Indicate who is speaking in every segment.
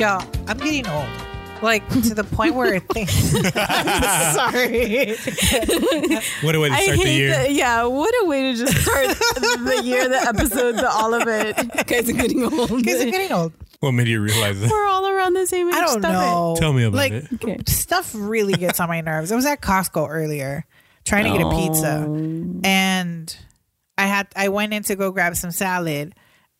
Speaker 1: Y'all, I'm getting old. Like to the point where I think. Sorry.
Speaker 2: What a way to start the year.
Speaker 3: that. Yeah, what a way to just start the year, the episode, the all of it. Guys, I'm getting old.
Speaker 1: Because I'm getting old.
Speaker 2: What made you realize that?
Speaker 3: We're all around the same age.
Speaker 1: I don't
Speaker 3: Stop
Speaker 1: know.
Speaker 2: Tell me about
Speaker 1: like,
Speaker 2: it.
Speaker 3: Okay.
Speaker 1: Stuff really gets on my nerves. I was at Costco earlier trying to get a pizza, and I had I went in to go grab some salad,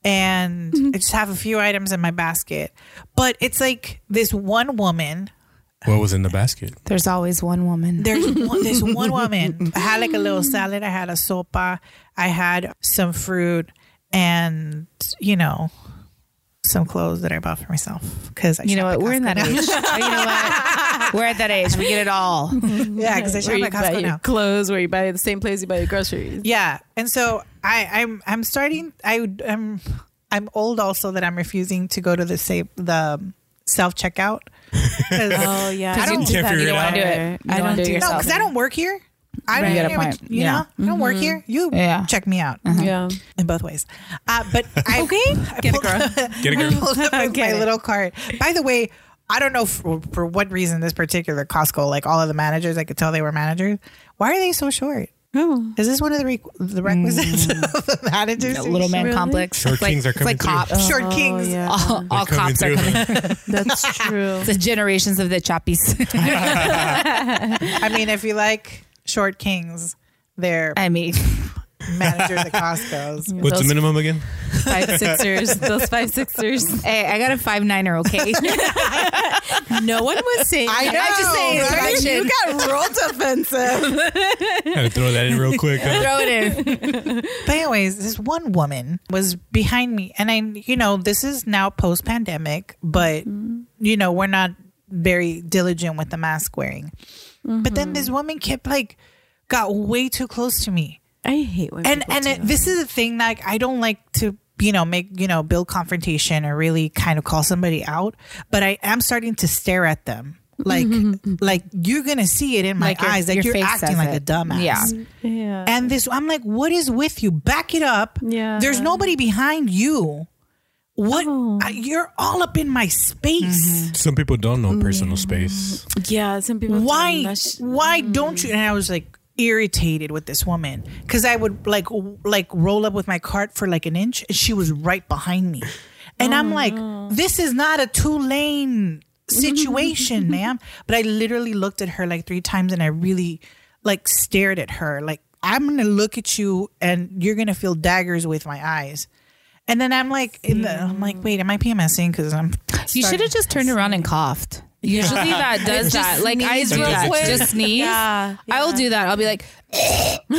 Speaker 1: and I just have a few items in my basket. But it's like this one woman.
Speaker 2: What was in the basket?
Speaker 3: It. There's always one woman.
Speaker 1: There's one, this one woman. I had like a little salad. I had a sopa. I had some fruit, and you know. Some clothes that I bought for myself because
Speaker 4: You know what? We're in that age. Oh, you know what? We're at that age. We get it all.
Speaker 1: yeah because I shop
Speaker 3: where you
Speaker 1: at
Speaker 3: buy
Speaker 1: Costco
Speaker 3: your
Speaker 1: now.
Speaker 3: clothes, where you buy the same place you buy your groceries.
Speaker 1: Yeah, and so I, I'm I'm starting. I I'm I'm old also that I'm refusing to go to the save the self checkout.
Speaker 3: Oh yeah,
Speaker 1: I don't-
Speaker 2: Can't figure it out.
Speaker 4: do it.
Speaker 3: I
Speaker 4: You
Speaker 3: don't
Speaker 4: wanna
Speaker 3: do it
Speaker 1: No,
Speaker 4: do it
Speaker 3: yourself.
Speaker 1: because I don't work here. I don't.
Speaker 4: Right. You got a
Speaker 1: ever-
Speaker 4: point.
Speaker 1: you
Speaker 4: Yeah. Mm-hmm.
Speaker 1: know, I don't work here. You
Speaker 4: Yeah. Mm-hmm.
Speaker 1: check me out
Speaker 3: Yeah,
Speaker 1: in both ways. Uh, but I, okay,
Speaker 4: Get a girl.
Speaker 2: Get a
Speaker 1: I
Speaker 2: girl.
Speaker 1: pulled up with my
Speaker 4: Get it.
Speaker 1: little cart. By the way, I don't know for, for what reason this particular Costco, like all of the managers, I could tell they were managers. Why are they so short?
Speaker 3: Oh.
Speaker 1: Is this one of the re- the requisites of the managers?
Speaker 4: A little man
Speaker 3: Really?
Speaker 4: complex.
Speaker 2: Short
Speaker 4: It's like,
Speaker 2: kings are
Speaker 4: it's like
Speaker 2: coming
Speaker 4: cops.
Speaker 2: through.
Speaker 1: short kings.
Speaker 3: yeah.
Speaker 4: All, all
Speaker 2: They're coming
Speaker 4: cops are
Speaker 2: through.
Speaker 4: coming.
Speaker 3: that's true.
Speaker 4: The generations of the choppies.
Speaker 1: I mean, if you like short kings, they're
Speaker 4: I mean,
Speaker 1: managers at Costco's.
Speaker 2: What's the
Speaker 4: Those-
Speaker 2: minimum again?
Speaker 3: five sixers, those five sixers.
Speaker 4: hey, I got a five niner. Okay,
Speaker 3: No one was saying.
Speaker 1: I know,
Speaker 4: I'm just saying,
Speaker 1: right?
Speaker 4: correction.
Speaker 3: You got real defensive.
Speaker 2: Gotta throw that in real quick. huh?
Speaker 4: throw it in.
Speaker 1: But anyways, this one woman was behind me, and I, you know, this is now post pandemic, but
Speaker 4: Mm-hmm.
Speaker 1: you know, we're not very diligent with the mask wearing. But then
Speaker 4: Mm-hmm.
Speaker 1: this woman kept like got way too close to me,
Speaker 3: I hate when
Speaker 1: and
Speaker 3: people
Speaker 1: and
Speaker 3: do
Speaker 1: it, this is the thing like I don't like to you know make you know build confrontation or really kind of call somebody out, but I am starting to stare at them. Like, like you're gonna see it in my
Speaker 4: Mm-hmm. Like your-
Speaker 1: eyes. Like
Speaker 4: your
Speaker 1: you're
Speaker 4: face
Speaker 1: acting
Speaker 4: says
Speaker 1: like a
Speaker 4: it.
Speaker 1: dumbass. Mm-hmm.
Speaker 4: Yeah.
Speaker 3: that. yeah.
Speaker 1: And this, I'm like, what is with you? Back it up.
Speaker 3: Yeah. Oh.
Speaker 1: There's nobody behind you. What? I, you're all up in my space.
Speaker 2: Some people don't know personal space.
Speaker 3: yeah, some people. tell me
Speaker 1: Why?
Speaker 3: that sh-
Speaker 1: Why don't
Speaker 4: mm.
Speaker 1: you? And I was like irritated with this woman because I would like w- like roll up with my cart for like an inch, and she was right behind me, and
Speaker 4: Oh,
Speaker 1: I'm like, this is not a two lane situation, ma'am. But I literally looked at her like three times, and I really like stared at her like I'm gonna look at you, and you're gonna feel daggers with my eyes. And then I'm like, in the, I'm like, wait, am I PMSing? Because I'm
Speaker 4: You should have just turned around and coughed. Usually that does that. Like eyes real
Speaker 2: Sometimes it
Speaker 4: quick,
Speaker 2: does.
Speaker 4: just sneeze.
Speaker 3: Yeah,
Speaker 4: I will do that. I'll be like,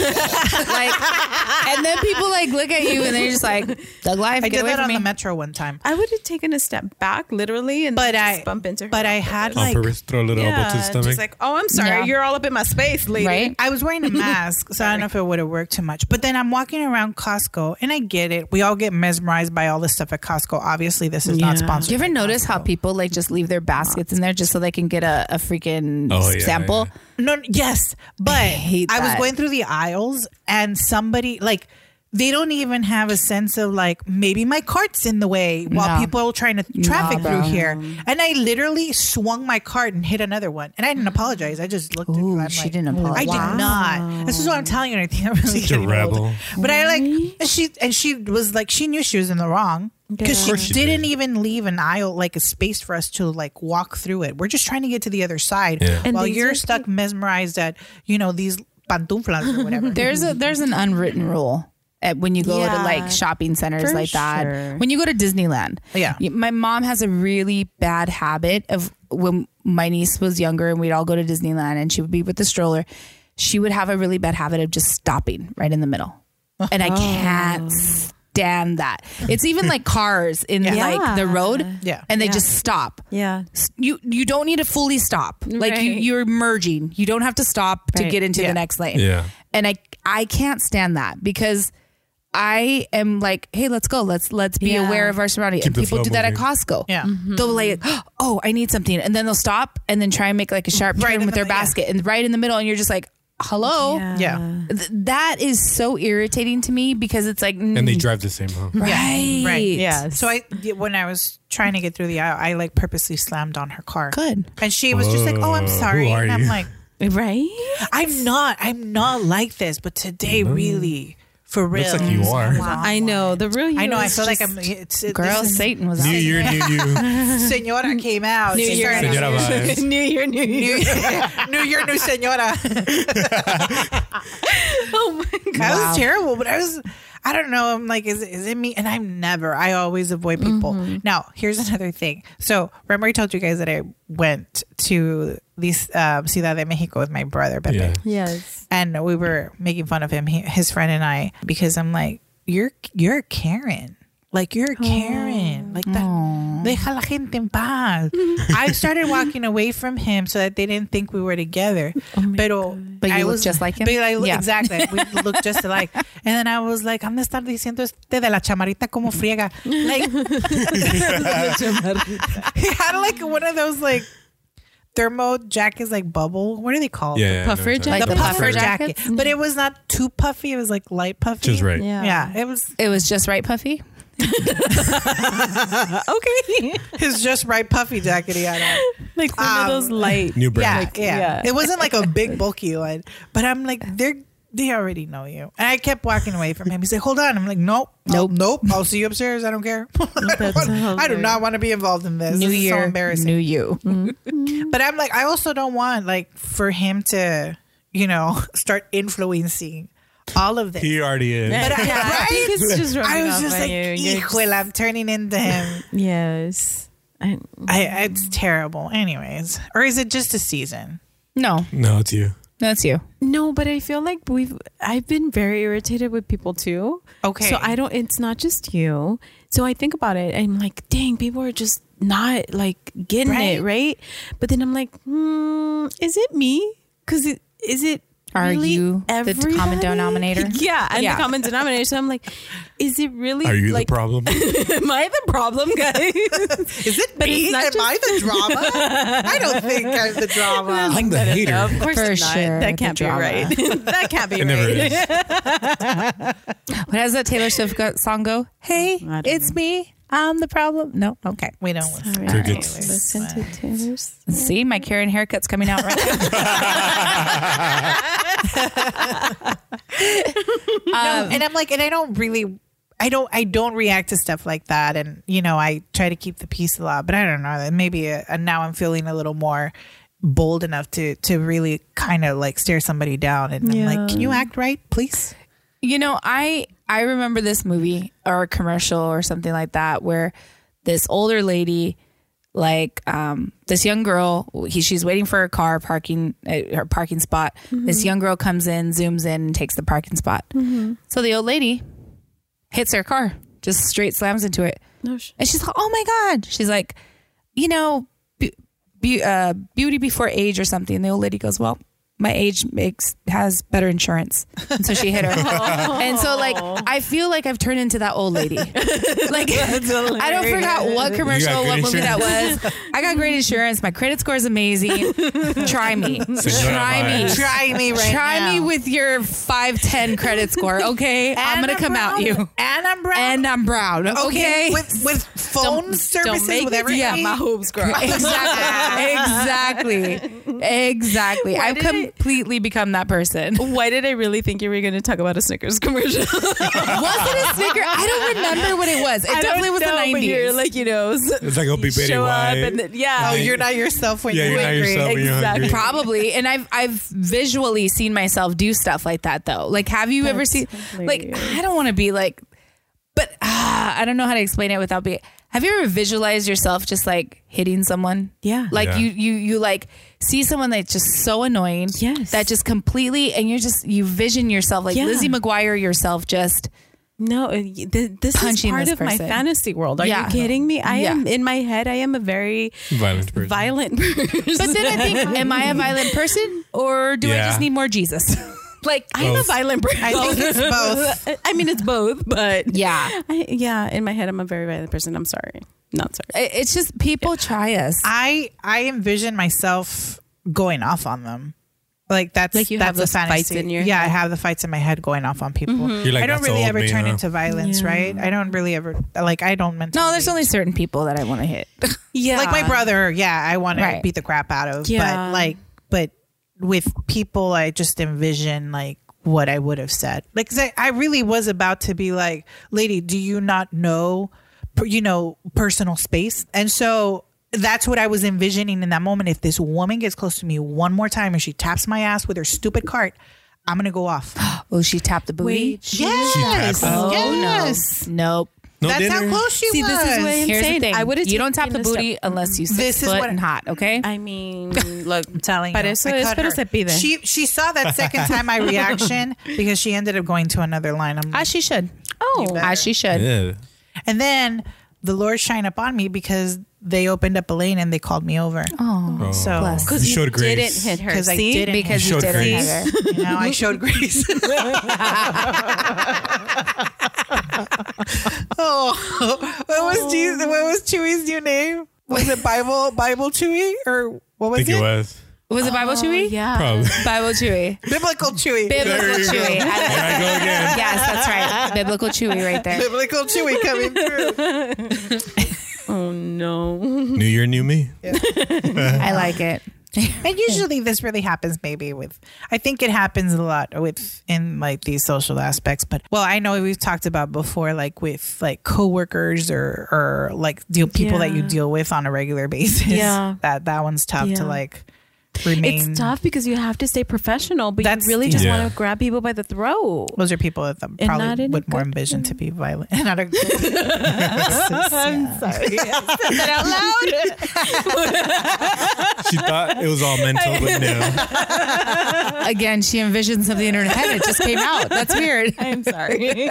Speaker 4: like, and then people like look at you and they're just like, Doug Life,
Speaker 1: I
Speaker 4: get
Speaker 1: did
Speaker 4: away
Speaker 1: that
Speaker 4: from
Speaker 1: on
Speaker 4: me.
Speaker 1: the metro one time.
Speaker 3: I would have taken a step back, literally, and
Speaker 1: But
Speaker 3: just
Speaker 1: I-
Speaker 3: bump into her.
Speaker 1: but I had,
Speaker 2: On
Speaker 1: Like-
Speaker 2: purpose, throw a little elbow to the stomach.
Speaker 3: just like, oh, I'm sorry,
Speaker 4: Yeah.
Speaker 3: you're all up in my space, lady.
Speaker 4: Right?
Speaker 1: I was wearing a mask, so I don't know if it would have worked too much. But then I'm walking around Costco, and I get it. We all get mesmerized by all this stuff at Costco. Obviously, this is not
Speaker 3: Yeah.
Speaker 1: sponsored.
Speaker 4: Do you ever notice how people like just leave their baskets in there just so they can get a, a freaking
Speaker 2: Oh, yeah,
Speaker 3: Mm-hmm.
Speaker 4: sample?
Speaker 1: No, n- yes, but I,
Speaker 4: hate
Speaker 1: was
Speaker 4: that.
Speaker 1: going through the aisles and somebody like they don't even have a sense of like maybe my cart's in the way while
Speaker 4: No. Mm-hmm.
Speaker 1: people are trying to traffic
Speaker 4: bro.
Speaker 1: through here. And I literally swung my cart and hit another one, and I didn't apologize. I just looked. at
Speaker 4: Ooh,
Speaker 1: her. I'm
Speaker 4: she
Speaker 1: like,
Speaker 4: didn't
Speaker 1: I
Speaker 4: apologize.
Speaker 1: did not. This is what I'm telling you. and I think I'm really
Speaker 2: Such a
Speaker 1: getting old.
Speaker 2: rebel.
Speaker 1: But I like and she and she was like she knew she was in the wrong because
Speaker 2: Of course
Speaker 1: she
Speaker 2: she
Speaker 1: didn't
Speaker 2: did.
Speaker 1: even leave an aisle like a space for us to like walk through it. We're just trying to get to the other side
Speaker 2: Yeah.
Speaker 3: And
Speaker 1: while
Speaker 3: these
Speaker 1: you're
Speaker 3: are-
Speaker 1: stuck mesmerized at you know these pantuflas or whatever.
Speaker 4: There's a there's an unwritten rule at, when you go to
Speaker 3: Yeah.
Speaker 4: like shopping centers
Speaker 3: For
Speaker 4: like that.
Speaker 3: sure.
Speaker 4: When you go to Disneyland,
Speaker 1: Yeah.
Speaker 4: Y- My mom has a really bad habit of when my niece was younger and we'd all go to Disneyland and she would be with the stroller. She would have a really bad habit of just stopping right in the middle, and I can't
Speaker 3: Oh.
Speaker 4: stand that. It's even like cars in like the
Speaker 3: Yeah.
Speaker 4: road,
Speaker 1: Yeah.
Speaker 4: and they
Speaker 3: Yeah.
Speaker 4: just stop
Speaker 3: Yeah.
Speaker 4: you you don't need to fully stop. Like you,
Speaker 3: Right.
Speaker 4: you're merging. You don't have to stop to
Speaker 3: Right.
Speaker 4: get into
Speaker 1: Yeah.
Speaker 4: the next lane.
Speaker 2: Yeah.
Speaker 4: And I I can't stand that because I am like, hey, let's go. Let's let's be
Speaker 3: Yeah.
Speaker 4: aware of our surroundings.
Speaker 2: Keep
Speaker 4: And
Speaker 2: the
Speaker 4: people
Speaker 2: flow
Speaker 4: do that at
Speaker 2: moving.
Speaker 4: Costco.
Speaker 1: Yeah. Mm-hmm.
Speaker 4: They'll like, oh, I need something, and then they'll stop and then try and make like a sharp
Speaker 1: Right
Speaker 4: turn
Speaker 1: in
Speaker 4: with
Speaker 1: the
Speaker 4: their
Speaker 1: middle, yeah.
Speaker 4: basket and right in the middle, and you're just like, hello.
Speaker 1: Yeah.
Speaker 4: Th- that is so irritating to me because it's like, mm,
Speaker 2: And they drive the same, huh?
Speaker 4: right,
Speaker 1: Right.
Speaker 5: Yes.
Speaker 1: So I, yeah, when I was trying to get through the aisle, I like purposely slammed on her car.
Speaker 4: Good.
Speaker 1: And she was just like, "Oh, I'm
Speaker 2: Whoa, who
Speaker 1: sorry."
Speaker 2: are
Speaker 1: And I'm
Speaker 2: you?
Speaker 1: like,
Speaker 5: right?
Speaker 1: "I'm not. I'm not like this." But today, really, for real,
Speaker 2: Looks like you are.
Speaker 5: I know the real. You
Speaker 1: I know. I
Speaker 5: is
Speaker 1: feel like
Speaker 5: just-
Speaker 1: I'm. It's, it,
Speaker 4: Girl,
Speaker 1: this is-
Speaker 4: Satan was out.
Speaker 2: New year, new you.
Speaker 1: Senora came out.
Speaker 5: New
Speaker 1: She
Speaker 5: Year,
Speaker 1: started-
Speaker 2: Senora vibes.
Speaker 5: New Year, New Year.
Speaker 1: New Year, new Senora.
Speaker 5: Oh my god.
Speaker 1: That
Speaker 4: Wow.
Speaker 1: was terrible, but I was, I don't know. I'm like, is, it- is it me? And I'm never, I always avoid people. Now, here's another thing. So, remember I told you guys that I went to this um, Ciudad de Mexico with my brother, Pepe.
Speaker 2: Yeah.
Speaker 5: Yes.
Speaker 1: And we were making fun of him, he, his friend and I, because I'm like, you're, you're a Karen. Like you're a Karen, like that. Deja la gente en paz. I started walking away from him so that they didn't think we were together.
Speaker 5: Oh
Speaker 1: pero,
Speaker 4: But you
Speaker 1: I
Speaker 4: look
Speaker 1: was-
Speaker 4: just like him?
Speaker 1: But I,
Speaker 4: Yeah.
Speaker 1: Exactly, we look just alike. And then I was like, "I'm gonna start diciendo este de la chamarita como friega." Like, he had like one of those like thermo jackets, like bubble. What are they called?
Speaker 2: Yeah.
Speaker 5: puffer
Speaker 2: no,
Speaker 5: jacket?
Speaker 1: the,
Speaker 2: exactly.
Speaker 4: Like the
Speaker 1: puffer
Speaker 4: puffer
Speaker 1: jacket.
Speaker 4: jackets?
Speaker 1: But it was not too puffy. It was like light puffy.
Speaker 2: Just right.
Speaker 5: Yeah.
Speaker 1: Yeah, it was
Speaker 4: It was just right, Puffy.
Speaker 5: Okay.
Speaker 1: his just right puffy jacket he had on.
Speaker 5: like one of those
Speaker 1: Um,
Speaker 5: light.
Speaker 2: New brand.
Speaker 1: Yeah, yeah,
Speaker 5: yeah.
Speaker 1: It wasn't like a big bulky one, but I'm like, they're they already know you. And I kept walking away from him. He's like, hold on. I'm like, nope, nope, nope. I'll see you upstairs. I don't care. I do not want to be involved in this.
Speaker 4: New
Speaker 1: This is
Speaker 4: year,
Speaker 1: so embarrassing. Mm-hmm.
Speaker 4: new you.
Speaker 1: but I'm like, I also don't want like for him to, you know, start influencing all of this.
Speaker 2: He already is.
Speaker 1: But I,
Speaker 5: Yeah, I think it's just rubbing
Speaker 1: I was
Speaker 5: off
Speaker 1: just
Speaker 5: on
Speaker 1: like,
Speaker 5: you. You're just-
Speaker 1: equal. I'm turning into him.
Speaker 5: Yes. I,
Speaker 1: I, it's terrible. Anyways, or is it just a season?
Speaker 4: No,
Speaker 2: No, it's you.
Speaker 4: that's you.
Speaker 5: no, but I feel like we've. I've been very irritated with people too.
Speaker 1: Okay.
Speaker 5: So I don't. It's not just you. So I think about it. I'm like, dang, people are just not like getting it
Speaker 1: Right.
Speaker 5: right. But then I'm like, hmm, is it me? Because it is it.
Speaker 4: Are
Speaker 5: really
Speaker 4: you the
Speaker 5: everybody?
Speaker 4: common denominator?
Speaker 5: Yeah, I'm
Speaker 4: Yeah.
Speaker 5: the common denominator. So I'm like, is it really?
Speaker 2: Are you
Speaker 5: like,
Speaker 2: the problem?
Speaker 5: Am I the problem, guys?
Speaker 1: Is it
Speaker 5: But
Speaker 1: me?
Speaker 5: it's not
Speaker 1: Am
Speaker 5: just-
Speaker 1: I the drama? I don't think I'm the drama.
Speaker 2: I'm the hater.
Speaker 5: Of course
Speaker 4: For
Speaker 5: not.
Speaker 4: sure, the
Speaker 5: That can't be
Speaker 4: drama.
Speaker 5: right. that can't be
Speaker 2: It never
Speaker 5: right.
Speaker 2: is.
Speaker 4: What does that Taylor Swift go- song go? Hey,
Speaker 5: I don't
Speaker 4: it's me. I'm the problem. No, okay.
Speaker 1: We don't listen.
Speaker 5: All
Speaker 2: Crickets.
Speaker 5: right. Listen to Taylor's.
Speaker 4: See, my Karen haircut's coming out right.
Speaker 1: No, and I'm like, and I don't really, I don't, I don't react to stuff like that. And you know, I try to keep the peace a lot, but I don't know. that Maybe uh now I'm feeling a little more bold enough to to really kind of like stare somebody down. And I'm
Speaker 5: Yeah.
Speaker 1: like, can you act right, please?
Speaker 4: You know, I I remember this movie or a commercial or something like that where this older lady like um this young girl he, she's waiting for her car parking uh, her parking spot
Speaker 5: Mm-hmm.
Speaker 4: this young girl comes in zooms in and takes the parking spot
Speaker 5: Mm-hmm.
Speaker 4: so the old lady hits her car just straight slams into it
Speaker 5: No, sh-
Speaker 4: and she's like, "Oh my god!" She's like, "You know, be- be- uh, beauty before age or something." And the old lady goes, "Well, my age makes has better insurance," and so she hit her. and so, like, I feel like I've turned into that old lady. like, I don't forgot what commercial, what
Speaker 2: great
Speaker 4: movie that was. I got great insurance. My credit score is amazing. Try me. Try me.
Speaker 2: Vibes.
Speaker 1: Try me right
Speaker 4: Try
Speaker 1: now.
Speaker 4: me with your 510 credit score, okay? I'm
Speaker 1: And
Speaker 4: going to come
Speaker 1: brown.
Speaker 4: out you.
Speaker 1: And I'm brown.
Speaker 4: And I'm brown, okay?
Speaker 1: With with phone services,
Speaker 5: don't make
Speaker 1: with
Speaker 5: me
Speaker 1: everything.
Speaker 5: forget my hoops, girl.
Speaker 4: exactly. Exactly. Exactly. I've
Speaker 5: did it-
Speaker 4: completely become that person.
Speaker 5: Why did I really think you were going to talk about a Snickers commercial?
Speaker 4: Was it a Snicker? I don't remember what it was. It
Speaker 5: I
Speaker 4: definitely
Speaker 5: don't
Speaker 4: was
Speaker 5: know,
Speaker 4: the
Speaker 5: But you're
Speaker 4: 90s.
Speaker 5: like you know, s-
Speaker 2: It's like, oh, be Betty
Speaker 5: show up
Speaker 2: White.
Speaker 5: and then, yeah,
Speaker 1: Oh, you're not yourself when
Speaker 2: Yeah,
Speaker 1: you're,
Speaker 2: you're not
Speaker 1: angry.
Speaker 2: yourself when you're hungry.
Speaker 5: Exactly.
Speaker 4: Probably. And I've I've visually seen myself do stuff like that though. Like have you ever
Speaker 5: That's
Speaker 4: seen like
Speaker 5: hilarious.
Speaker 4: I don't want to be like but ah, I don't know how to explain it without being have you ever visualized yourself just like hitting someone?
Speaker 5: Yeah.
Speaker 4: Like
Speaker 2: Yeah.
Speaker 4: you you you like see someone that's just so annoying.
Speaker 5: Yes.
Speaker 4: That just completely and you're just you vision yourself like
Speaker 5: Yeah.
Speaker 4: Lizzie McGuire yourself just
Speaker 5: No, uh, y- th- this
Speaker 4: Punching
Speaker 5: is part
Speaker 4: this
Speaker 5: of my
Speaker 4: person.
Speaker 5: fantasy world. Are
Speaker 4: Yeah.
Speaker 5: you kidding me? I
Speaker 4: Yeah.
Speaker 5: am in my head. I am a very
Speaker 2: Violent person.
Speaker 5: violent person.
Speaker 4: But then I think am I a violent person or do I
Speaker 2: Yeah.
Speaker 4: just need more Jesus? like
Speaker 5: I'm a
Speaker 2: Both.
Speaker 5: violent person.
Speaker 1: I think it's both.
Speaker 5: I mean, it's both, but
Speaker 4: yeah.
Speaker 5: I, yeah, in my head, I'm a very violent person. I'm sorry, not sorry.
Speaker 4: It- It's just people try us.
Speaker 1: I I envision myself going off on them. Like that's
Speaker 5: Like you
Speaker 1: that's
Speaker 5: have
Speaker 1: a
Speaker 5: those fights
Speaker 1: fantasy.
Speaker 5: in your
Speaker 1: yeah,
Speaker 5: head.
Speaker 1: I have the fights in my head going off on people.
Speaker 2: You're like,
Speaker 1: I don't
Speaker 2: "That's
Speaker 1: really
Speaker 2: old
Speaker 1: ever
Speaker 2: me,
Speaker 1: turn
Speaker 2: huh?"
Speaker 1: into violence, right? I don't really ever like I don't mentally.
Speaker 4: No, there's only certain people that I want to hit.
Speaker 5: Yeah.
Speaker 1: like my brother. Yeah, I want
Speaker 4: Right.
Speaker 1: to beat the crap out of.
Speaker 5: Yeah.
Speaker 1: But like, but with people, I just envision like what I would have said. Like, 'cause I, I really was about to be like, lady, do you not know, per- you know, personal space? And so that's what I was envisioning in that moment. If this woman gets close to me one more time and she taps my ass with her stupid cart, I'm gonna go off.
Speaker 4: Oh, she tapped the booty.
Speaker 5: Wait.
Speaker 1: yes,
Speaker 2: tapped.
Speaker 1: yes.
Speaker 4: Oh, Nope.
Speaker 2: No
Speaker 1: That's how
Speaker 2: dinner?
Speaker 1: close she
Speaker 5: Oh, See,
Speaker 1: was.
Speaker 5: this is what I'm
Speaker 4: Here's the
Speaker 5: saying.
Speaker 4: thing.
Speaker 5: I would've
Speaker 4: you don't tap
Speaker 5: taken
Speaker 4: the
Speaker 5: a step-
Speaker 4: booty unless you six
Speaker 1: This is
Speaker 4: foot
Speaker 1: what-
Speaker 4: and hot. Okay.
Speaker 5: I mean, look.
Speaker 1: I'm telling
Speaker 5: Para
Speaker 1: you.
Speaker 5: eso
Speaker 1: I
Speaker 5: es,
Speaker 1: cut
Speaker 5: pero
Speaker 1: her.
Speaker 5: se pide.
Speaker 1: She she saw that second time my reaction because she ended up going to another line. I'm
Speaker 4: As she should.
Speaker 5: Oh.
Speaker 4: As she should.
Speaker 2: Yeah.
Speaker 1: and then the Lord shine upon me because they opened up a lane and they called me over.
Speaker 4: Oh.
Speaker 1: so
Speaker 4: bless.
Speaker 2: You showed grace.
Speaker 5: Didn't hit her.
Speaker 1: because I
Speaker 5: See?
Speaker 1: didn't
Speaker 4: Because you
Speaker 2: Showed
Speaker 4: didn't
Speaker 2: grace.
Speaker 4: have it.
Speaker 1: you know, I showed grace. oh, what was Jesus, what was Chewy's new name? Was it Bible Bible Chewy or what
Speaker 2: I
Speaker 1: was
Speaker 2: think it
Speaker 1: it?
Speaker 2: was.
Speaker 4: Was it Bible Chewy?
Speaker 5: yeah.
Speaker 2: Probably.
Speaker 4: Oh, Bible Chewy.
Speaker 1: Biblical Chewy.
Speaker 4: Biblical
Speaker 2: you go.
Speaker 4: Chewy. I-
Speaker 2: There I go again.
Speaker 4: Yes, that's right. Biblical Chewy right there.
Speaker 1: Biblical Chewy coming through.
Speaker 5: Oh no.
Speaker 2: New year, new me.
Speaker 4: I like it.
Speaker 1: And usually this really happens maybe with I think it happens a lot with in like these social aspects, but well, I know we've talked about before like with like coworkers or or like deal people that you
Speaker 5: Yeah.
Speaker 1: deal with on a regular basis.
Speaker 5: Yeah.
Speaker 1: That that one's tough
Speaker 5: Yeah.
Speaker 1: to like remain
Speaker 5: It's tough because you have to stay professional, but
Speaker 1: That's-
Speaker 5: you really just
Speaker 2: Yeah.
Speaker 5: want to grab people by the throat.
Speaker 1: those are people that
Speaker 5: not
Speaker 1: probably
Speaker 5: in a
Speaker 1: would more
Speaker 5: good-
Speaker 1: envision to be violent. Not a I'm sorry.
Speaker 2: She thought it was all mental, but no.
Speaker 4: Again, she envisioned something in her head. It just came out. That's weird.
Speaker 5: I'm sorry.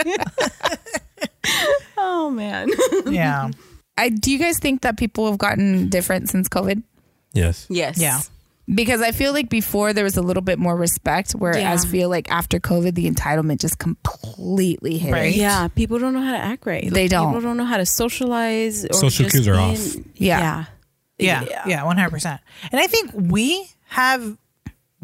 Speaker 5: oh man.
Speaker 1: Yeah.
Speaker 4: I, do you guys think that people have gotten different since COVID?
Speaker 2: Yes.
Speaker 5: Yes.
Speaker 1: Yeah.
Speaker 4: Because I feel like before there was a little bit more respect, whereas
Speaker 5: Yeah.
Speaker 4: feel like after COVID, the entitlement just completely hit. it.
Speaker 1: Right.
Speaker 5: Yeah, people don't know how to act right.
Speaker 4: They don't.
Speaker 5: People don't know how to socialize. Or
Speaker 2: Social
Speaker 5: just
Speaker 2: cues are
Speaker 5: be
Speaker 2: off.
Speaker 5: in-
Speaker 4: Yeah.
Speaker 1: Yeah, yeah, one hundred percent. And I think we have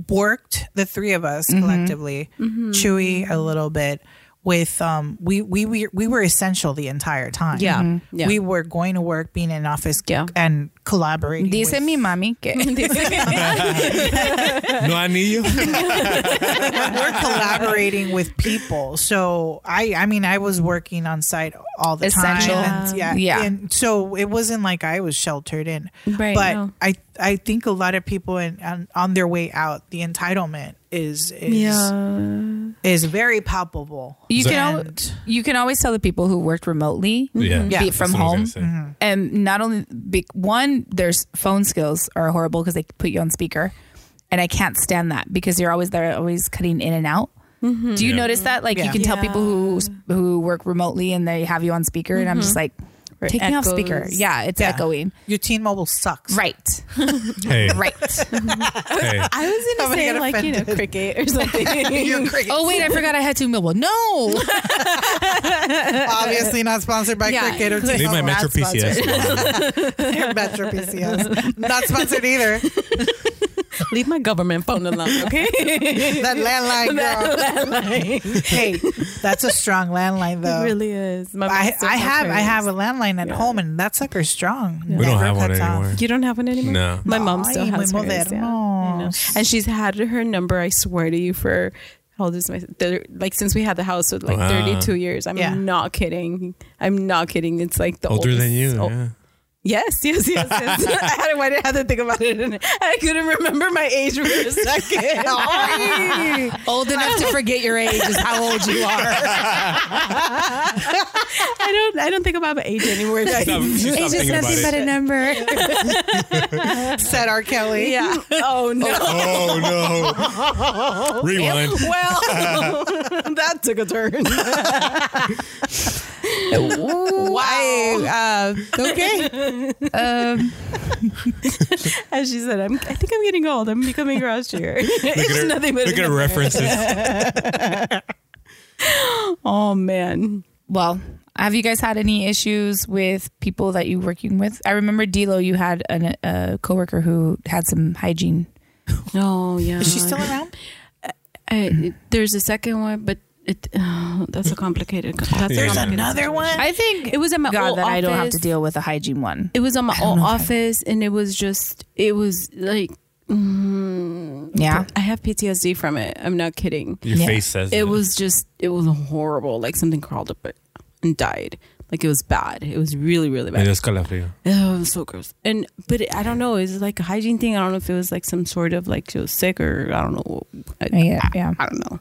Speaker 1: worked the three of
Speaker 5: Mm-hmm.
Speaker 1: us collectively, Chewy a little bit. With um, we we we we were essential the entire time. Mm-hmm.
Speaker 5: Yeah. Mhm. Yeah.
Speaker 1: we were going to work, being in office,
Speaker 5: Yeah.
Speaker 1: and collaborating.
Speaker 4: Dice
Speaker 1: with-
Speaker 4: mi mami que
Speaker 2: No, I need you.
Speaker 1: we're collaborating with people. So I, I mean, I was working on site all the
Speaker 4: Essential.
Speaker 1: time. And, yeah,
Speaker 4: Yeah.
Speaker 1: And so it wasn't like I was sheltered in.
Speaker 5: Right,
Speaker 1: But
Speaker 5: no.
Speaker 1: I, I think a lot of people in, on, on their way out, the entitlement is is is very palpable.
Speaker 4: you can al-
Speaker 1: And-
Speaker 4: you can always tell the people who worked remotely
Speaker 2: Yeah.
Speaker 1: Yeah.
Speaker 4: be it from
Speaker 2: That's what I
Speaker 4: home
Speaker 2: was gonna say. Mm-hmm.
Speaker 4: and not only be, one their phone skills are horrible because they put you on speaker and i can't stand that because you're always there always cutting in and out do you
Speaker 2: Mm-hmm. Yeah.
Speaker 4: notice that like you
Speaker 1: Yeah.
Speaker 4: can tell
Speaker 5: Yeah.
Speaker 4: people who who work remotely and they have you on speaker and i'm just like take me off speaker
Speaker 5: echoes.
Speaker 4: yeah it's
Speaker 1: Yeah.
Speaker 4: echoing
Speaker 1: Your teen mobile sucks.
Speaker 4: right
Speaker 2: Hey,
Speaker 4: right
Speaker 2: hey.
Speaker 5: I was gonna
Speaker 1: Somebody
Speaker 5: say
Speaker 1: got
Speaker 5: like you know
Speaker 1: offended.
Speaker 5: cricket or something.
Speaker 1: You're crazy.
Speaker 4: oh wait i forgot i had to mobile no
Speaker 1: Obviously not sponsored by
Speaker 4: Yeah.
Speaker 1: Cricket or Teen
Speaker 2: Leave my
Speaker 1: Mobile.
Speaker 2: Metro
Speaker 4: sponsored.
Speaker 2: PCS.
Speaker 1: Metro PCS. Not sponsored either.
Speaker 5: Leave my government phone alone, okay?
Speaker 1: That landline girl. hey, that's a strong landline though.
Speaker 5: it really is. My
Speaker 1: I,
Speaker 5: mom's so
Speaker 1: I have I
Speaker 5: crazy.
Speaker 1: have a landline at home and that sucker's strong.
Speaker 2: We don't
Speaker 1: Never
Speaker 2: have one
Speaker 1: cuts off.
Speaker 2: anymore.
Speaker 5: You don't have one anymore.
Speaker 2: No.
Speaker 5: my mom
Speaker 1: Ay,
Speaker 5: still has
Speaker 1: mi
Speaker 5: hers. Yeah. I know.
Speaker 1: modernos.
Speaker 5: And she's had her number. I swear to you for. How old is my thir- like since we had the house with like
Speaker 2: Wow.
Speaker 5: 32 years? I'm
Speaker 1: Yeah.
Speaker 5: not kidding. I'm not kidding. It's like the
Speaker 2: Older
Speaker 5: oldest,
Speaker 2: than you.
Speaker 5: oh,
Speaker 2: Yeah.
Speaker 5: Yes, yes, yes. yes. I, had, why did I have to think about it. And I couldn't remember my age for a second. Ay.
Speaker 4: old enough to forget your age is how old you are
Speaker 5: I don't. I don't think about my age anymore. guys.
Speaker 2: Stop- she's not thinking about it.
Speaker 4: a number
Speaker 1: Said R. Kelly.
Speaker 5: yeah. Oh no.
Speaker 2: Oh no. Rewind.
Speaker 5: Well, that took a turn.
Speaker 4: wow uh, okay um
Speaker 5: As she said, I'm, I think I'm getting old. I'm becoming grouchier.
Speaker 2: Look
Speaker 5: it's
Speaker 2: at her,
Speaker 5: nothing but
Speaker 2: look at her references.
Speaker 5: Oh man.
Speaker 4: well have you guys had any issues with people that you working with i remember dilo you had an, a coworker who had some hygiene
Speaker 5: No, Oh, yeah.
Speaker 1: Is she still around?
Speaker 5: I, there's a second one, but it, uh, that's a complicated. That's a
Speaker 2: There's
Speaker 5: complicated
Speaker 1: Another
Speaker 5: situation.
Speaker 1: one.
Speaker 5: I think it was in my
Speaker 4: God,
Speaker 5: old
Speaker 4: that
Speaker 5: office.
Speaker 4: I don't have to deal with a hygiene one.
Speaker 5: It was on my old office, and it was just. It was like. mm,
Speaker 4: Yeah.
Speaker 5: I have PTSD from it. I'm not kidding.
Speaker 2: Your
Speaker 4: Yeah.
Speaker 2: face says
Speaker 5: It was just. It was horrible. Like something crawled up it and died. Like it was bad. It was really, really
Speaker 2: It
Speaker 5: bad.
Speaker 2: is calafrio.
Speaker 5: Oh, it was so gross. And but it, I don't know. Is it like a hygiene thing? I don't know if it was like some sort of like she was sick or I don't know. I,
Speaker 4: Yeah,
Speaker 5: I,
Speaker 4: yeah.
Speaker 5: I don't know.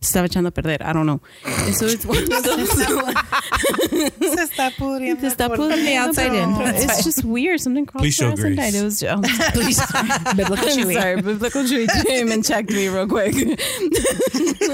Speaker 5: Se Estaba echando a perder. I don't know. And so it's one of those.
Speaker 1: Se está pudriendo
Speaker 5: Just that
Speaker 1: por
Speaker 5: pulled me outside in.
Speaker 1: dentro.
Speaker 5: It's just weird. Something crossed
Speaker 2: Please show
Speaker 5: my ass and
Speaker 2: grace.
Speaker 5: died. It was. Oh,
Speaker 4: Please. Biblical
Speaker 5: I'm
Speaker 4: chewy.
Speaker 5: sorry, biblical Chewy came and checked me real quick.